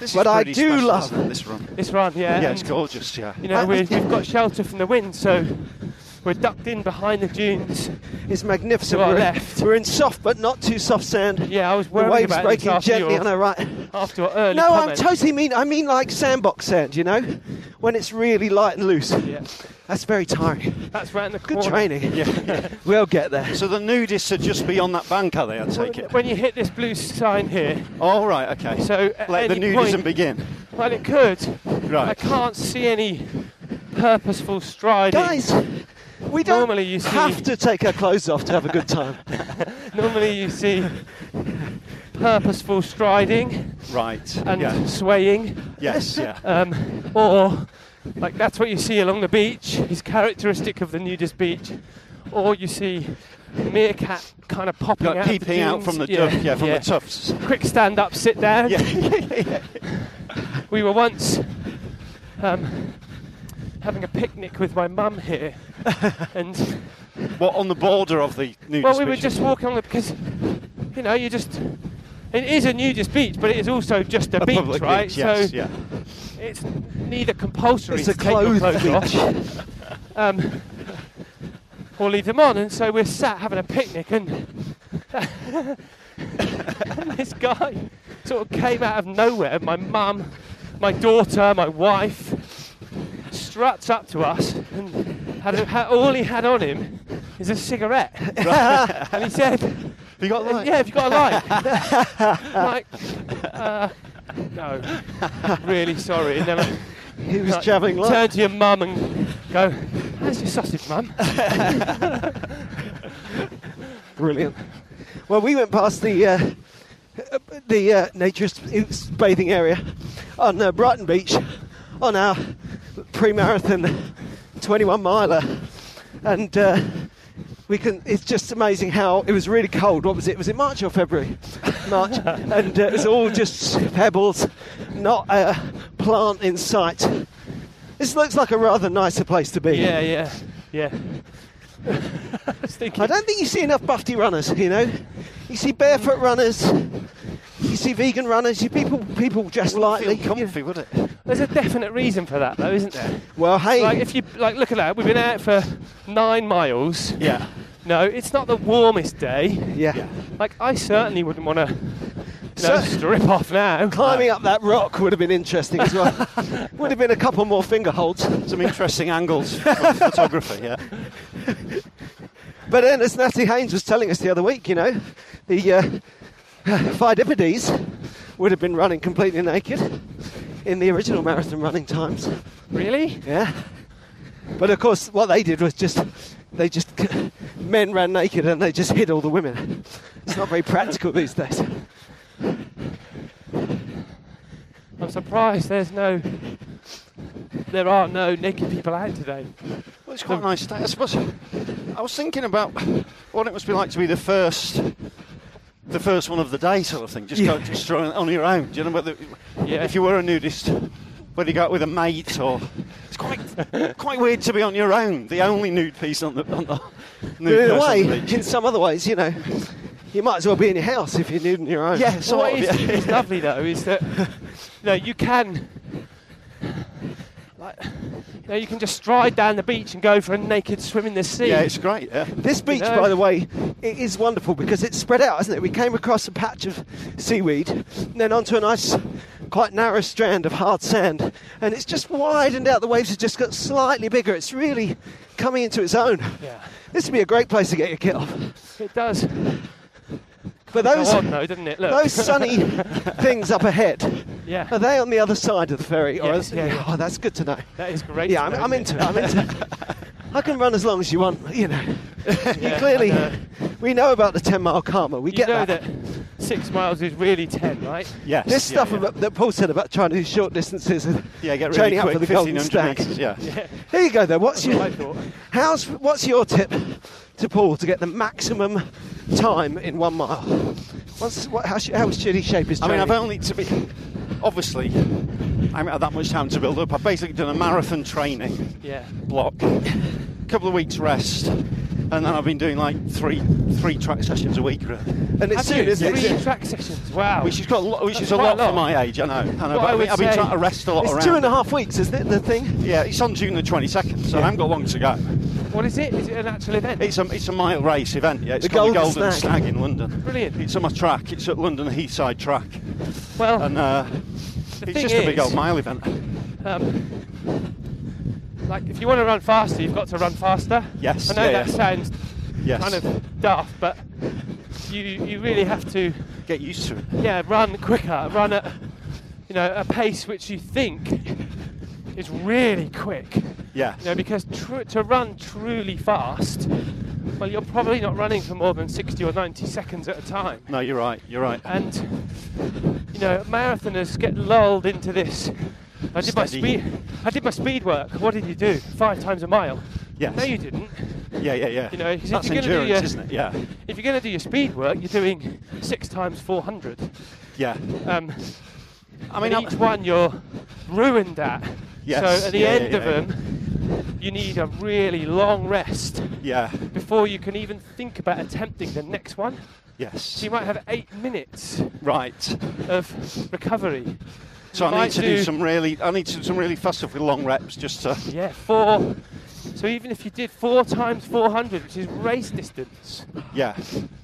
S4: This is
S3: But I
S4: pretty
S3: do
S4: special,
S3: love-
S4: isn't it, this run.
S2: This run, yeah.
S4: Yeah,
S2: and-
S4: it's gorgeous. Yeah.
S2: You know, we've, we've got shelter from the wind, so we're ducked in behind the dunes.
S3: It's magnificent.
S2: To our
S3: we're,
S2: left.
S3: we're in soft but not too soft sand.
S2: Yeah, I was
S3: the
S2: worried
S3: waves
S2: about this
S3: breaking
S2: after
S3: gently
S2: your,
S3: on our right.
S2: after your early
S3: No, I'm
S2: comment.
S3: totally mean. I mean like sandbox sand, you know, when it's really light and loose.
S2: yeah,
S3: That's very tiring.
S2: that's right in the
S3: Good
S2: corner.
S3: training. Yeah. we'll get there.
S4: So the nudists are just beyond that bank, are they? I take it.
S2: When you hit this blue sign here,
S4: All right. Okay.
S2: So, at
S4: let the
S2: any
S4: nudism
S2: point-
S4: begin.
S2: well, it could.
S4: Right.
S2: I can't see any purposeful striding.
S3: Guys, we don't
S2: Normally you see-
S3: have to take our clothes off to have a good time.
S2: Normally you see purposeful striding
S4: Right.
S2: and
S4: yeah.
S2: swaying,
S4: Yes. Yeah.
S2: um, or like that's what you see along the beach is characteristic of the nudist beach. or you see meerkat kind of popping
S4: Like
S2: out, of the
S4: peeping out
S2: dunes.
S4: from the yeah, yeah from the tufts.
S2: Quick stand up, sit down.
S4: Yeah, yeah,
S2: We were once um, having a picnic with my mum here, and
S4: What on the border of the new?
S2: well, we were just walking on the because you know you just it is a nudist beach, but it is also just a,
S4: a
S2: beach,
S4: public
S2: right?
S4: beach, yes,
S2: so
S4: yeah.
S2: it's neither compulsory
S3: It's
S2: to
S3: a
S2: take your
S3: clothed
S2: clothes off, um, or leave them on. And so we're sat having a picnic, and, and this guy sort of came out of nowhere. My mum, my daughter, my wife struts up to us, and had a, had, all he had on him is a cigarette, and he said.
S4: Have you got
S2: Uh,
S4: light?
S2: Yeah, have you got a light? like, uh, no. Really sorry. And then I-
S3: He was
S2: like,
S3: jabbing like.
S2: Turn to your mum and go, how's your sausage, mum?
S3: Brilliant. Well, we went past the uh, uh, the uh, naturist bathing area on uh, Brighton Beach on our pre-marathon 21 miler, and uh, we can. It's just amazing how it was really cold. What was it? Was it March or February? March, and uh, it was all just pebbles, not a plant in sight. This looks like a rather nicer place to be.
S2: yeah, yeah, yeah. I was thinking,
S3: I don't think you see enough buffety runners, you know. You see barefoot runners, you see vegan runners, you people people dressed lightly.
S4: Feel comfy, would it?
S2: there's a definite reason for that, though, isn't there?
S3: Well, hey,
S2: Like, if you like, look at that. We've been out for nine miles.
S4: Yeah.
S2: No, it's not the warmest day.
S3: yeah.
S2: Like, I certainly wouldn't want to.
S3: So-
S2: strip off now. Uh,
S3: Climbing up that rock would have been interesting as well. would have been a couple more finger holds.
S4: Some interesting angles for photography, yeah.
S3: But then, as Natty Haynes was telling us the other week, you know, the uh, Pheidippides would have been running completely naked in the original marathon running times.
S2: Really?
S3: Yeah. But of course, what they did was just they just men ran naked and they just hid all the women. It's not very practical these days.
S2: I'm surprised there's no. There are no naked people out today.
S4: Well, it's quite a nice day. I suppose I was thinking about what it must be like to be the first, the first one of the day, sort of thing. Just go just strolling on your own. Do you know? Whether,
S2: Yeah.
S4: If you were a nudist, whether you go out with a mate or it's quite quite weird to be on your own, the only nude piece on the on the nude
S3: But in a
S4: person
S3: way,
S4: on the beach.
S3: in some other ways, you know, you might as well be in your house if you're nude in your own.
S4: Yeah,
S2: what
S4: sort of,
S2: is,
S4: yeah.
S2: is lovely though is that you know, you can like you, know, you can just stride down the beach and go for a naked swim in the sea.
S4: Yeah, it's great. Yeah.
S3: This beach,
S2: know.
S3: by the way, it is wonderful because it's spread out, isn't it? We came across a patch of seaweed, and then onto a nice, quite narrow strand of hard sand, and it's just widened out. The waves have just got slightly bigger. It's really coming into its own.
S2: Yeah.
S3: This would be a great place to get your kit off.
S2: it does.
S3: But
S2: Go
S3: those
S2: on though, doesn't it? Look.
S3: those sunny things up ahead,
S2: yeah,
S3: are they on the other side of the ferry? Or
S2: Yes,
S3: is-
S2: yeah, yeah.
S3: Oh, that's good to know.
S2: that is great.
S3: Yeah,
S2: to
S3: I'm,
S2: know,
S3: I'm
S2: isn't
S3: into it. I'm into it. I can run as long as you want, you know.
S2: it? Yeah, I
S3: Clearly,
S2: know.
S3: we know about the 10 mile karma. We
S2: you
S3: get
S2: know
S3: that.
S2: that. six miles is really ten, right?
S4: Yes.
S3: This
S4: yeah,
S3: stuff
S4: yeah.
S3: about, that Paul said about trying to do short distances and
S4: yeah, get really
S3: training
S4: quick,
S3: up for the
S4: 1500
S3: Golden Stag.
S4: metres, yeah.
S3: Here you go, then. What's
S2: That's what I
S3: your,
S2: thought.
S3: how's, what's your tip to Paul to get the maximum time in one mile? What's, what, how, sh- how should he shape his
S4: I mean,
S3: training?
S4: I've only to be obviously I haven't had that much time to build up. I've basically done a marathon training.
S2: Yeah,
S4: block, couple of weeks rest, and then I've been doing like three three track sessions a week, really.
S3: and it's
S2: Have
S3: soon,
S2: you?
S3: isn't
S2: three
S3: it?
S2: track sessions. Wow.
S4: which is got a lot, which
S2: That's
S4: is a
S2: quite
S4: lot,
S2: a lot.
S4: for my age. I know, I know.
S2: What
S4: but
S2: I
S4: I've
S2: would
S4: been, I've been
S2: say-
S4: trying to rest a lot
S3: It's
S4: around.
S3: two and a half weeks, isn't it? The thing.
S4: Yeah, it's on June the twenty second, so I haven't got long to go.
S2: what is it? Is it an actual event?
S4: It's a it's a mile race event. Yeah, it's
S3: The
S4: called
S3: Golden
S4: the Golden
S3: Stag.
S4: Stag. in London.
S2: Brilliant.
S4: It's on my track. It's at London Heathside Track,
S2: well,
S4: and uh, it's
S2: thing
S4: just a big
S2: is-
S4: old mile event.
S2: Um, like, if you want to run faster, you've got to run faster.
S4: Yes,
S2: I know
S4: yeah,
S2: that
S4: yeah.
S2: sounds
S4: Yes,
S2: kind of daft, but you you really have to
S4: get used to it.
S2: yeah run quicker, run at you know a pace which you think is really quick. You
S4: Yeah,
S2: know, because tru- to run truly fast, well, you're probably not running for more than 60 or 90 seconds at a time.
S4: no, you're right. You're right.
S2: And you know, marathoners get lulled into this. I did my
S4: Steady.
S2: speed. I did my speed work. What did you do? Five times a mile.
S4: Yes.
S2: No, you didn't.
S4: Yeah, yeah, yeah.
S2: You know, 'cause if
S4: that's
S2: you're gonna do
S4: endurance,
S2: your-
S4: isn't it? Yeah,
S2: If you're going to do your speed work, you're doing six times 400.
S4: yeah.
S2: Um,
S4: I
S2: I
S4: mean,
S2: mean, each one you're ruined at.
S4: Yes,
S2: So at the
S4: yeah,
S2: end
S4: yeah,
S2: of
S4: yeah.
S2: them, you need a really long rest
S4: Yeah.
S2: before you can even think about attempting the next one. So
S4: Yes.
S2: you might have eight minutes
S4: Right.
S2: of recovery.
S4: So I
S2: might
S4: need to do,
S2: do-
S4: some really, I need to do some really fast stuff with long reps just to.
S2: Yeah, four. So even if you did four times 400, which is race distance,
S4: Yeah.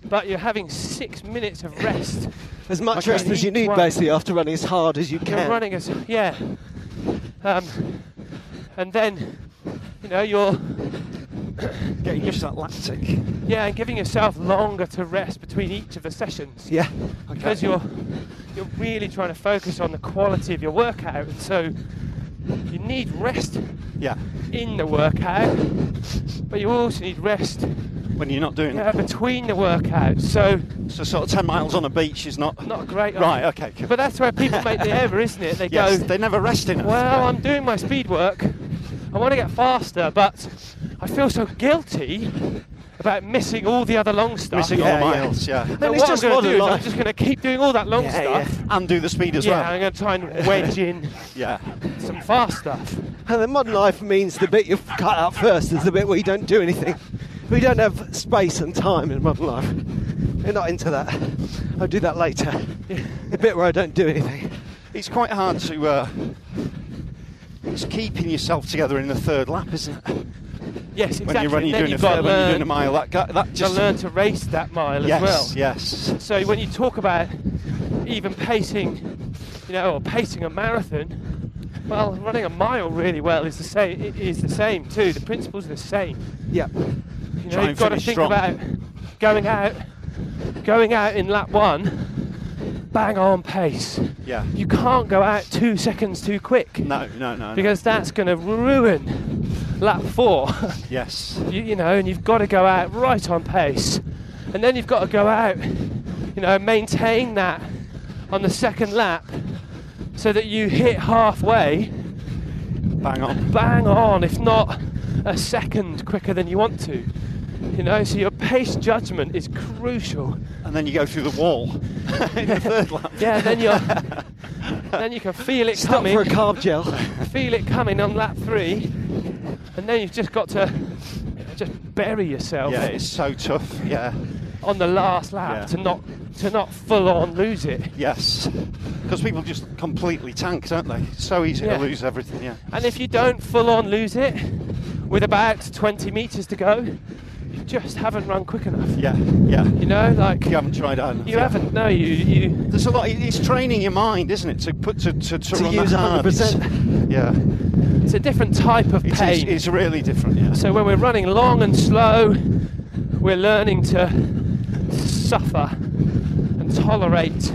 S2: but you're having six minutes of rest,
S3: As much
S2: Okay.
S3: rest as you need,
S2: Right.
S3: basically, after running as hard as you
S2: you're
S3: can.
S2: running as yeah, um, and then you know you're
S4: Getting used to that lactic.
S2: yeah and giving yourself longer to rest between each of the sessions.
S3: Yeah.
S2: because you're you're really trying to focus on the quality of your workout, and so you need rest
S4: Yeah.
S2: in the workout, but you also need rest
S4: When you're not doing
S2: uh, between the workouts. So
S4: so sort of ten miles on a beach is not.
S2: not a great.
S4: Right. Okay. Cool.
S2: But that's where people make the error, isn't it? They
S4: yes,
S2: go,
S4: they never rest enough.
S2: Well, I'm doing my speed work. I want to get faster, but I feel so guilty about missing all the other long stuff.
S4: missing
S3: Yeah,
S4: all the
S3: yeah.
S4: miles. Yeah.
S2: So
S3: And
S2: what
S3: it's just
S2: I'm
S3: modern
S2: going to do is I'm
S3: life.
S2: just going to keep doing all that long
S3: Yeah,
S2: stuff.
S4: And do the speed as
S2: Yeah,
S4: well.
S2: I'm going to try and wedge in
S4: Yeah.
S2: some fast stuff.
S3: And the modern life means the bit you've cut out first is the bit where you don't do anything. We don't have space and time in modern life. We're not into that. I'll do that later. The bit where I don't do anything.
S4: It's quite hard to. Uh, it's keeping yourself together in the third lap, isn't it?
S2: Yes, exactly.
S4: When you're, when
S2: And
S4: you're
S2: then
S4: doing a
S2: you've got to
S4: third- when you're
S2: learn,
S4: doing a mile, that guy- that
S2: to
S4: just
S2: learn to race that mile as
S4: yes,
S2: well.
S4: yes,
S2: So when you talk about even pacing, you know, or pacing a marathon, well, running a mile really well is the same. It is the same too. The principles are the same.
S3: Yeah.
S2: You
S4: Try
S2: know,
S4: and
S2: you've got to
S4: finish
S2: think
S4: strong.
S2: about going out, going out in lap one, bang on pace.
S4: yeah.
S2: You can't go out two seconds too quick
S4: No, no, no. no.
S2: because that's going to ruin lap four.
S4: yes,
S2: you, you know, and you've got to go out right on pace, and then you've got to go out, you know, maintain that on the second lap, so that you hit halfway,
S4: bang on.
S2: bang on, if not a second quicker than you want to. You know, so your pace judgment is crucial.
S4: And then you go through the wall in the third lap.
S2: Yeah, then you are then you can feel it
S3: Stop
S2: coming,
S3: for a carb gel.
S2: feel it coming on lap three, and then you've just got to just bury yourself.
S4: Yeah, it's so tough. Yeah,
S2: on the last lap
S4: Yeah.
S2: to not to not full on lose it.
S4: yes. Because people just completely tank, don't they? It's so easy
S2: Yeah.
S4: to lose everything. Yeah.
S2: And if you don't full on lose it with about 20 meters to go, you just haven't run quick enough.
S4: Yeah, yeah.
S2: You know, like
S4: You haven't tried hard enough.
S2: you
S4: yeah.
S2: haven't. No, you you.
S4: There's a lot. It's training your mind, isn't it, to put to to, to,
S3: To
S4: run
S3: use
S4: that hard. It's-
S3: 100%.
S4: Yeah,
S2: It's a different type of
S4: it's,
S2: pain.
S4: it's, it's really different. Yeah.
S2: so when we're running long and slow, we're learning to suffer and tolerate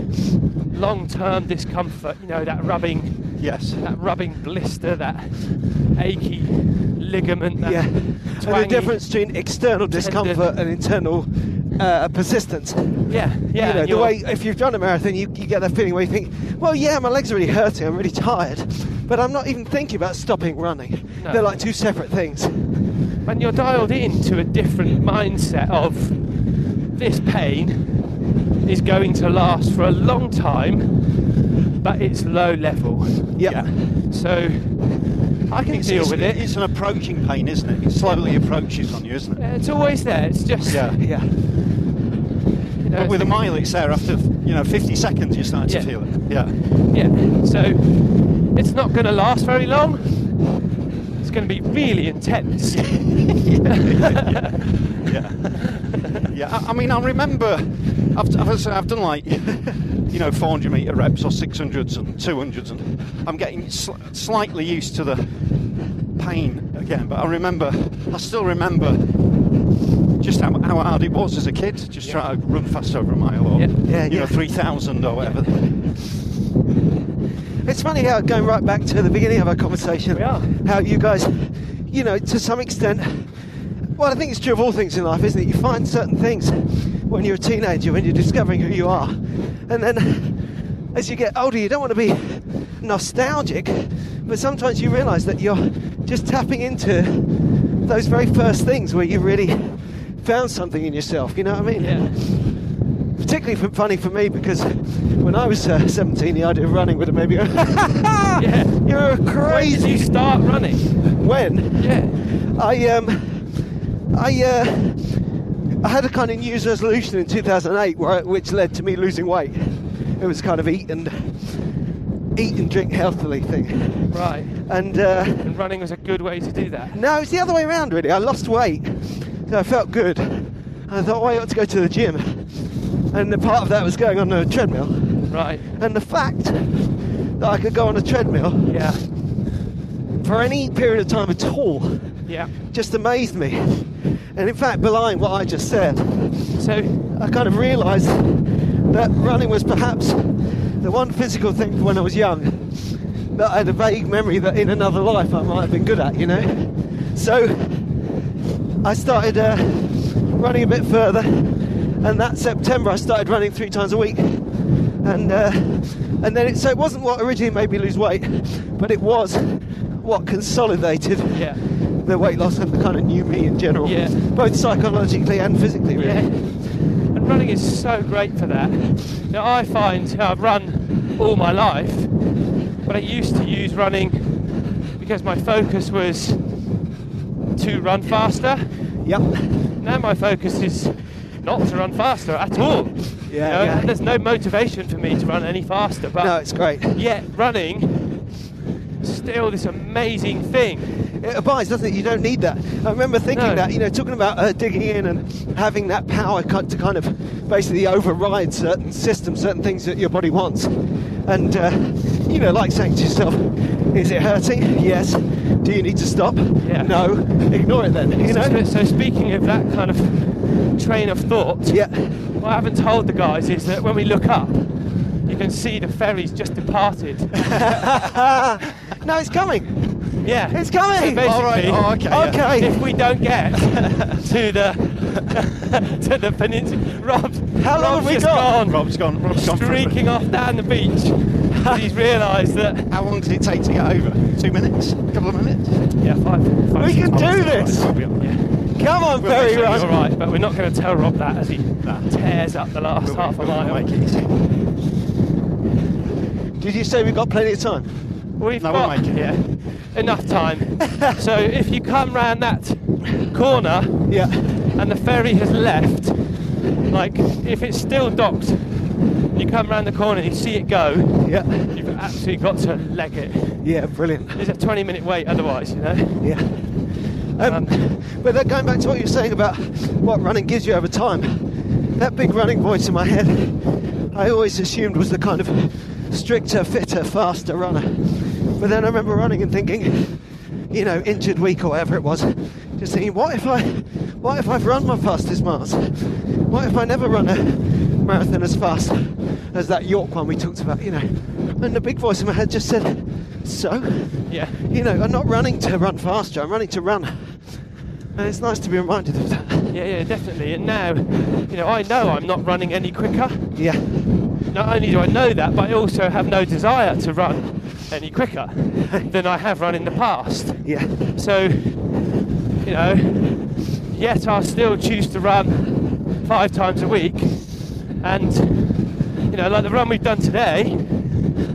S2: long-term discomfort. You know that rubbing
S4: yes.
S2: that rubbing blister, that achy ligament. That
S3: Yeah. And the
S2: twangy-
S3: difference between external discomfort and internal uh, persistence.
S2: Yeah, yeah.
S3: you know,
S2: and
S3: the
S2: you're-
S3: way if you've done a marathon, you, you get that feeling where you think, well, yeah, my legs are really hurting, I'm really tired, but I'm not even thinking about stopping running.
S2: No.
S3: They're like two separate things.
S2: and you're dialed in to a different mindset of this pain is going to last for a long time, but it's low level.
S3: Yep.
S4: Yeah.
S2: So I can
S4: It's,
S2: deal
S4: it's-
S2: with it.
S4: It's an approaching pain, isn't it? It slowly approaches on you, isn't it?
S2: Yeah, It's always there. It's just
S4: Yeah.
S3: Yeah.
S2: you know,
S4: But with a
S2: it's-
S4: mile, it's there after you know 50 seconds. You start
S2: Yeah.
S4: to feel it. Yeah.
S2: yeah. So it's not going to last very long. It's going to be really intense.
S4: Yeah, I, I mean, I remember I've, I've, I've done like, you know, 400 metre reps or 600s and 200s, and I'm getting sl- slightly used to the pain again. But I remember, I still remember just how, how hard it was as a kid, just
S2: Yeah.
S4: trying to run fast over a mile or,
S2: Yeah.
S3: Yeah,
S4: you
S3: yeah.
S4: know, 3,000 or whatever.
S3: It's funny how going right back to the beginning of our conversation,
S2: We are.
S3: how you guys, you know, to some extent, well, I think it's true of all things in life, isn't it? You find certain things when you're a teenager, when you're discovering who you are, and then as you get older, you don't want to be nostalgic, but sometimes you realise that you're just tapping into those very first things where you really found something in yourself. You know what I mean?
S2: Yeah.
S3: Particularly f funny for me because when I was uh, 17, the idea of running would have made me go, Ah.
S2: Yeah.
S3: "You're
S2: When did you
S3: crazy."
S2: start running?
S3: When
S2: Yeah.
S3: I um, I uh, I had a kind of New Year's resolution in 2008, where, which led to me losing weight. It was kind of eat and eat and drink healthily thing,
S2: Right.
S3: and. Uh,
S2: And running was a good way to do that.
S3: No, it's the other way around, really. I lost weight, so I felt good. And I thought, well, I ought to go to the gym. And the part of that was going on a treadmill.
S2: Right.
S3: And the fact that I could go on a treadmill
S2: Yeah.
S3: for any period of time at all
S2: Yeah.
S3: just amazed me. And in fact, belying what I just said,
S2: So,
S3: I kind of realised that running was perhaps the one physical thing from when I was young that I had a vague memory that in another life I might have been good at, you know? So I started uh, running a bit further, and that September I started running three times a week. And, uh, and then it, so it wasn't what originally made me lose weight, but it was what consolidated
S2: Yeah.
S3: the weight loss and the kind of new me in general,
S2: Yeah.
S3: both psychologically and physically, really.
S2: yeah. And running is so great for that. Now, I find I've run all my life, but I used to use running because my focus was to run faster.
S3: Yep.
S2: Now my focus is not to run faster at all.
S3: Yeah,
S2: You know,
S3: yeah.
S2: There's no motivation for me to run any faster, but
S3: No, it's great.
S2: yet running still this amazing thing.
S3: It abides, doesn't it? You don't need that. I remember thinking
S2: No.
S3: that, you know, talking about uh, digging in and having that power cut to kind of basically override certain systems, certain things that your body wants. And, uh, you know, like saying to yourself, is it hurting? Yes. Do you need to stop?
S2: Yeah.
S3: No. Ignore it then, you
S2: So,
S3: know?
S2: so speaking of that kind of train of thought,
S3: Yeah.
S2: what I haven't told the guys is that when we look up, you can see the ferry's just departed.
S3: No, it's coming.
S2: yeah.
S3: It's coming.
S2: So
S4: All right.
S2: basically-
S4: Oh, okay. yeah.
S3: Okay.
S2: If we don't get to the to the peninsula, Rob,
S3: How long
S2: Rob's
S3: have we
S2: just
S3: got?
S2: gone.
S4: Rob's gone. Rob's gone. for a bit.
S2: streaking off down the beach. 'cause he's realised that.
S4: How long did it take to get over? Two minutes? A couple of minutes?
S2: Yeah, five. five
S3: We
S2: six
S3: can
S2: miles.
S3: do this.
S4: We'll be all right.
S2: Yeah.
S3: Come on,
S4: We'll
S3: Ferry
S4: make it
S3: Run.
S2: All right, but we're not going to tell Rob that as he tears up the last
S4: We'll be-
S2: half a
S4: we'll
S2: mile.
S4: make it.
S3: Did you say we've got plenty of time?
S2: We've
S4: No, we'll
S2: got
S4: make it.
S2: yeah, enough time. so if you come round that corner
S3: Yeah.
S2: and the ferry has left, like if it's still docked, you come round the corner, you see it go,
S3: Yeah.
S2: you've absolutely got to leg it.
S3: Yeah, brilliant.
S2: It's a 20 minute wait otherwise, you know?
S3: Yeah. Um, but then going back to what you were saying about what running gives you over time, that big running voice in my head, I always assumed was the kind of stricter, fitter, faster runner. But then I remember running and thinking, you know, injured week or whatever it was, just thinking, what if I, what if I've run my fastest miles? What if I never run a marathon as fast as that York one we talked about, you know? And the big voice in my head just said, so
S2: Yeah.
S3: you know, I'm not running to run faster, I'm running to run. And it's nice to be reminded of that.
S2: Yeah, yeah, definitely. And now, you know, I know I'm not running any quicker.
S3: Yeah,
S2: Not only do I know that, but I also have no desire to run any quicker than I have run in the past.
S3: yeah,
S2: So, you know, yet I still choose to run five times a week. And, you know, like the run we've done today,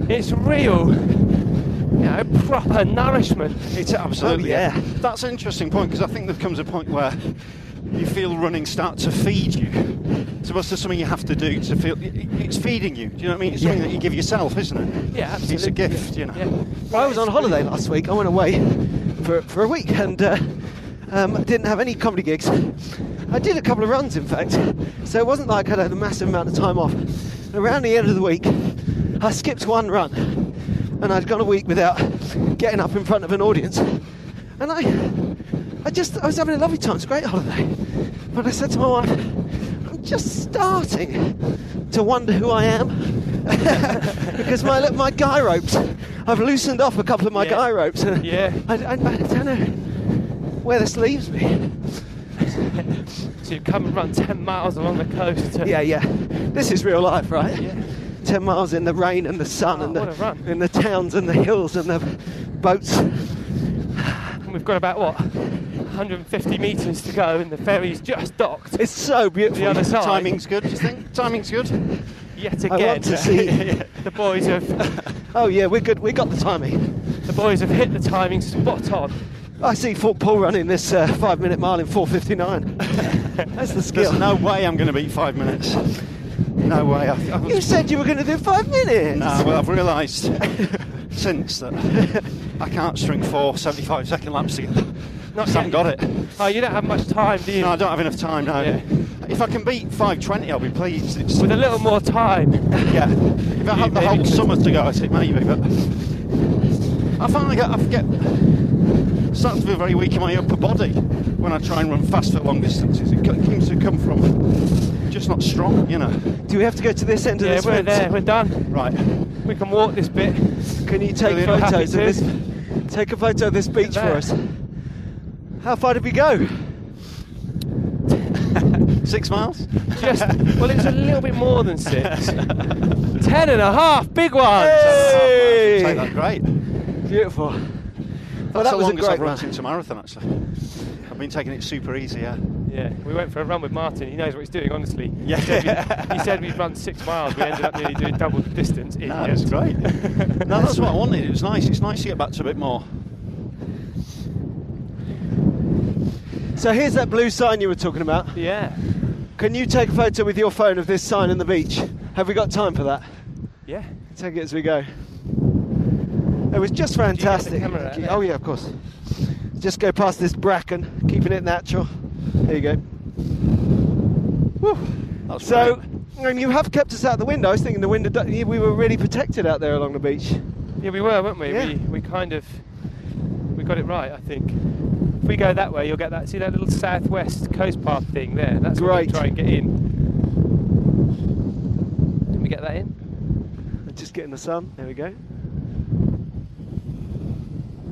S2: it's real, you know, proper nourishment.
S4: It's absolutely.
S3: Oh, yeah.
S4: That's an interesting point because I think there comes a point where you feel running start to feed you. So what's there something you have to do to feel? It's feeding you. Do you know what I mean? It's something that you give yourself, isn't it?
S2: Yeah, absolutely.
S4: It's a gift, you know.
S2: Yeah.
S3: Well, I was on holiday last week. I went away for, for a week and uh, um, didn't have any comedy gigs. I did a couple of runs, in fact, so it wasn't like I had a massive amount of time off. Around the end of the week, I skipped one run and I'd gone a week without getting up in front of an audience. And I, I just, I was having a lovely time. It's a great holiday. But I said to my wife, I'm just starting to wonder who I am because my look, my guy ropes, I've loosened off a couple of my
S2: Yeah.
S3: guy ropes. And
S2: Yeah.
S3: I, I, I don't know where this leaves me.
S2: So you come and run 10 miles along the coast. To,
S3: Yeah, yeah. This is real life, right?
S2: Yeah.
S3: Ten miles in the rain and the sun
S2: Oh,
S3: and
S2: what a run.
S3: the in the towns and the hills and the boats.
S2: And We've got about what? 150 metres to go, and the ferry's just docked
S3: It's so beautiful.
S2: the other side.
S4: Timing's good, do you think? Timing's good.
S2: yet
S3: I
S2: again.
S3: want to see.
S2: The boys have
S3: Oh yeah, we're good. We got the timing.
S2: the boys have hit the timing spot on.
S3: I see Fort Paul running this uh, five-minute mile in 4:59. That's the skill.
S4: There's no way I'm going to beat five minutes. No way. I, I
S3: You
S4: was,
S3: said you were going to do five minutes.
S4: no, well, I've realised since that I can't string four 75 second laps together.
S2: Not
S4: Just haven't
S2: yet.
S4: got it.
S2: Oh, you don't have much time, do you?
S4: No, I don't have enough time now.
S2: Yeah.
S4: If I can beat 520, I'll be pleased. It's,
S2: With a little more time.
S4: yeah. If I had the
S2: maybe
S4: whole
S2: could-
S4: summer to go, I think maybe. But I find I get, I get starts to feel very weak in my upper body when I try and run fast for long distances. It co- seems to come from just not strong, you know.
S3: Do we have to go to this end of
S2: Yeah,
S3: this?
S2: we're
S3: fence?
S2: there. We're done.
S4: Right.
S2: We can walk this bit.
S3: Can you take
S2: Brilliant.
S3: photos of
S2: Happy
S3: this?
S2: to.
S3: Take a photo of this beach for
S2: There.
S3: us. How far did we go?
S4: Six miles?
S2: Just well, it's a little bit more than six. Ten and a half, big ones.
S3: Hey!
S4: Take that, great.
S3: Beautiful. Well, that
S4: That's the
S3: was a
S4: longest
S3: great
S4: I've run
S3: run.
S4: since a marathon, actually. I've been taking it super easy, yeah.
S2: Yeah, we went for a run with Martin. He knows what he's doing, honestly.
S4: Yeah.
S2: He said, we, he said we'd run six miles. We ended up nearly doing double the distance. Idiot.
S4: No, it's great. no, that's what I wanted. It was nice. It's nice to get back to a bit more.
S3: So here's that blue sign you were talking about.
S2: Yeah.
S3: Can you take a photo with your phone of this sign and the beach? Have we got time for that?
S2: Yeah.
S3: Take it as we go. It was just fantastic.
S2: camera out there?
S3: oh yeah, of course. Just go past this bracken, keeping it natural. There you go.
S4: That's
S3: So,
S4: brilliant.
S3: and you have kept us out the window. I was thinking the window. do- We were really protected out there along the beach.
S2: Yeah, we were, weren't we?
S3: Yeah.
S2: We we kind of we got it right, I think. If we go that way, you'll get that. See that little southwest coast path thing there? That's where we
S3: Great.
S2: try and get in. Did we get that in?
S3: Just getting the sun. There we go.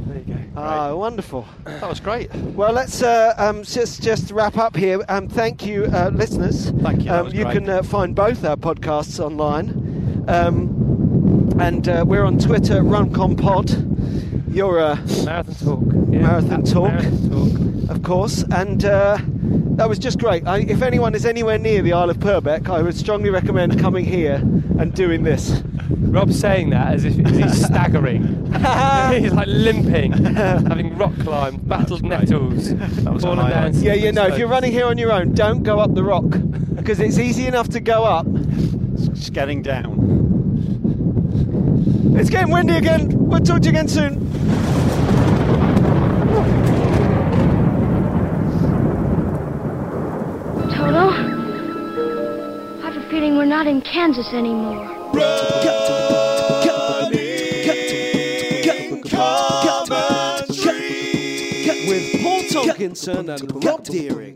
S2: There you go.
S3: Ah, wonderful.
S4: that was great.
S3: Well, let's uh, um, just just wrap up here. Um, thank you, uh, listeners.
S4: Thank you, that
S3: Um,
S4: was
S3: you
S4: great.
S3: can uh, find both our podcasts online, um, and uh, we're on Twitter, RunConPod. You're, uh,
S2: Marathon talk. Yeah,
S3: Marathon
S2: that's
S3: talk.
S2: Marathon talk.
S3: of course, and uh, that was just great. I, if anyone is anywhere near the Isle of Purbeck, I would strongly recommend coming here and doing this.
S2: Rob's saying that as if as he's staggering. he's like limping, having rock climbed, battled
S4: That's great.
S2: nettles,
S4: That was a
S2: fallen down.
S4: highlight.
S3: Yeah, you know, if you're
S2: slopes.
S3: running here on your own, don't go up the rock because it's easy enough to go up.
S4: Just getting down.
S3: It's getting windy again. We'll talk to you again soon.
S5: Toto, I have a feeling we're not in Kansas anymore.
S3: with Paul Tomkinson and Rob Deering.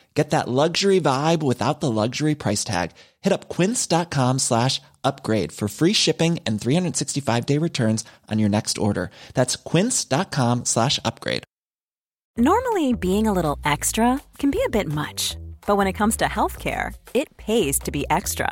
S6: Get that luxury vibe without the luxury price tag. Hit up quince.com slash upgrade for free shipping and 365 day returns on your next order. That's quince.com slash upgrade.
S7: Normally, being a little extra can be a bit much, but when it comes to healthcare, it pays to be extra.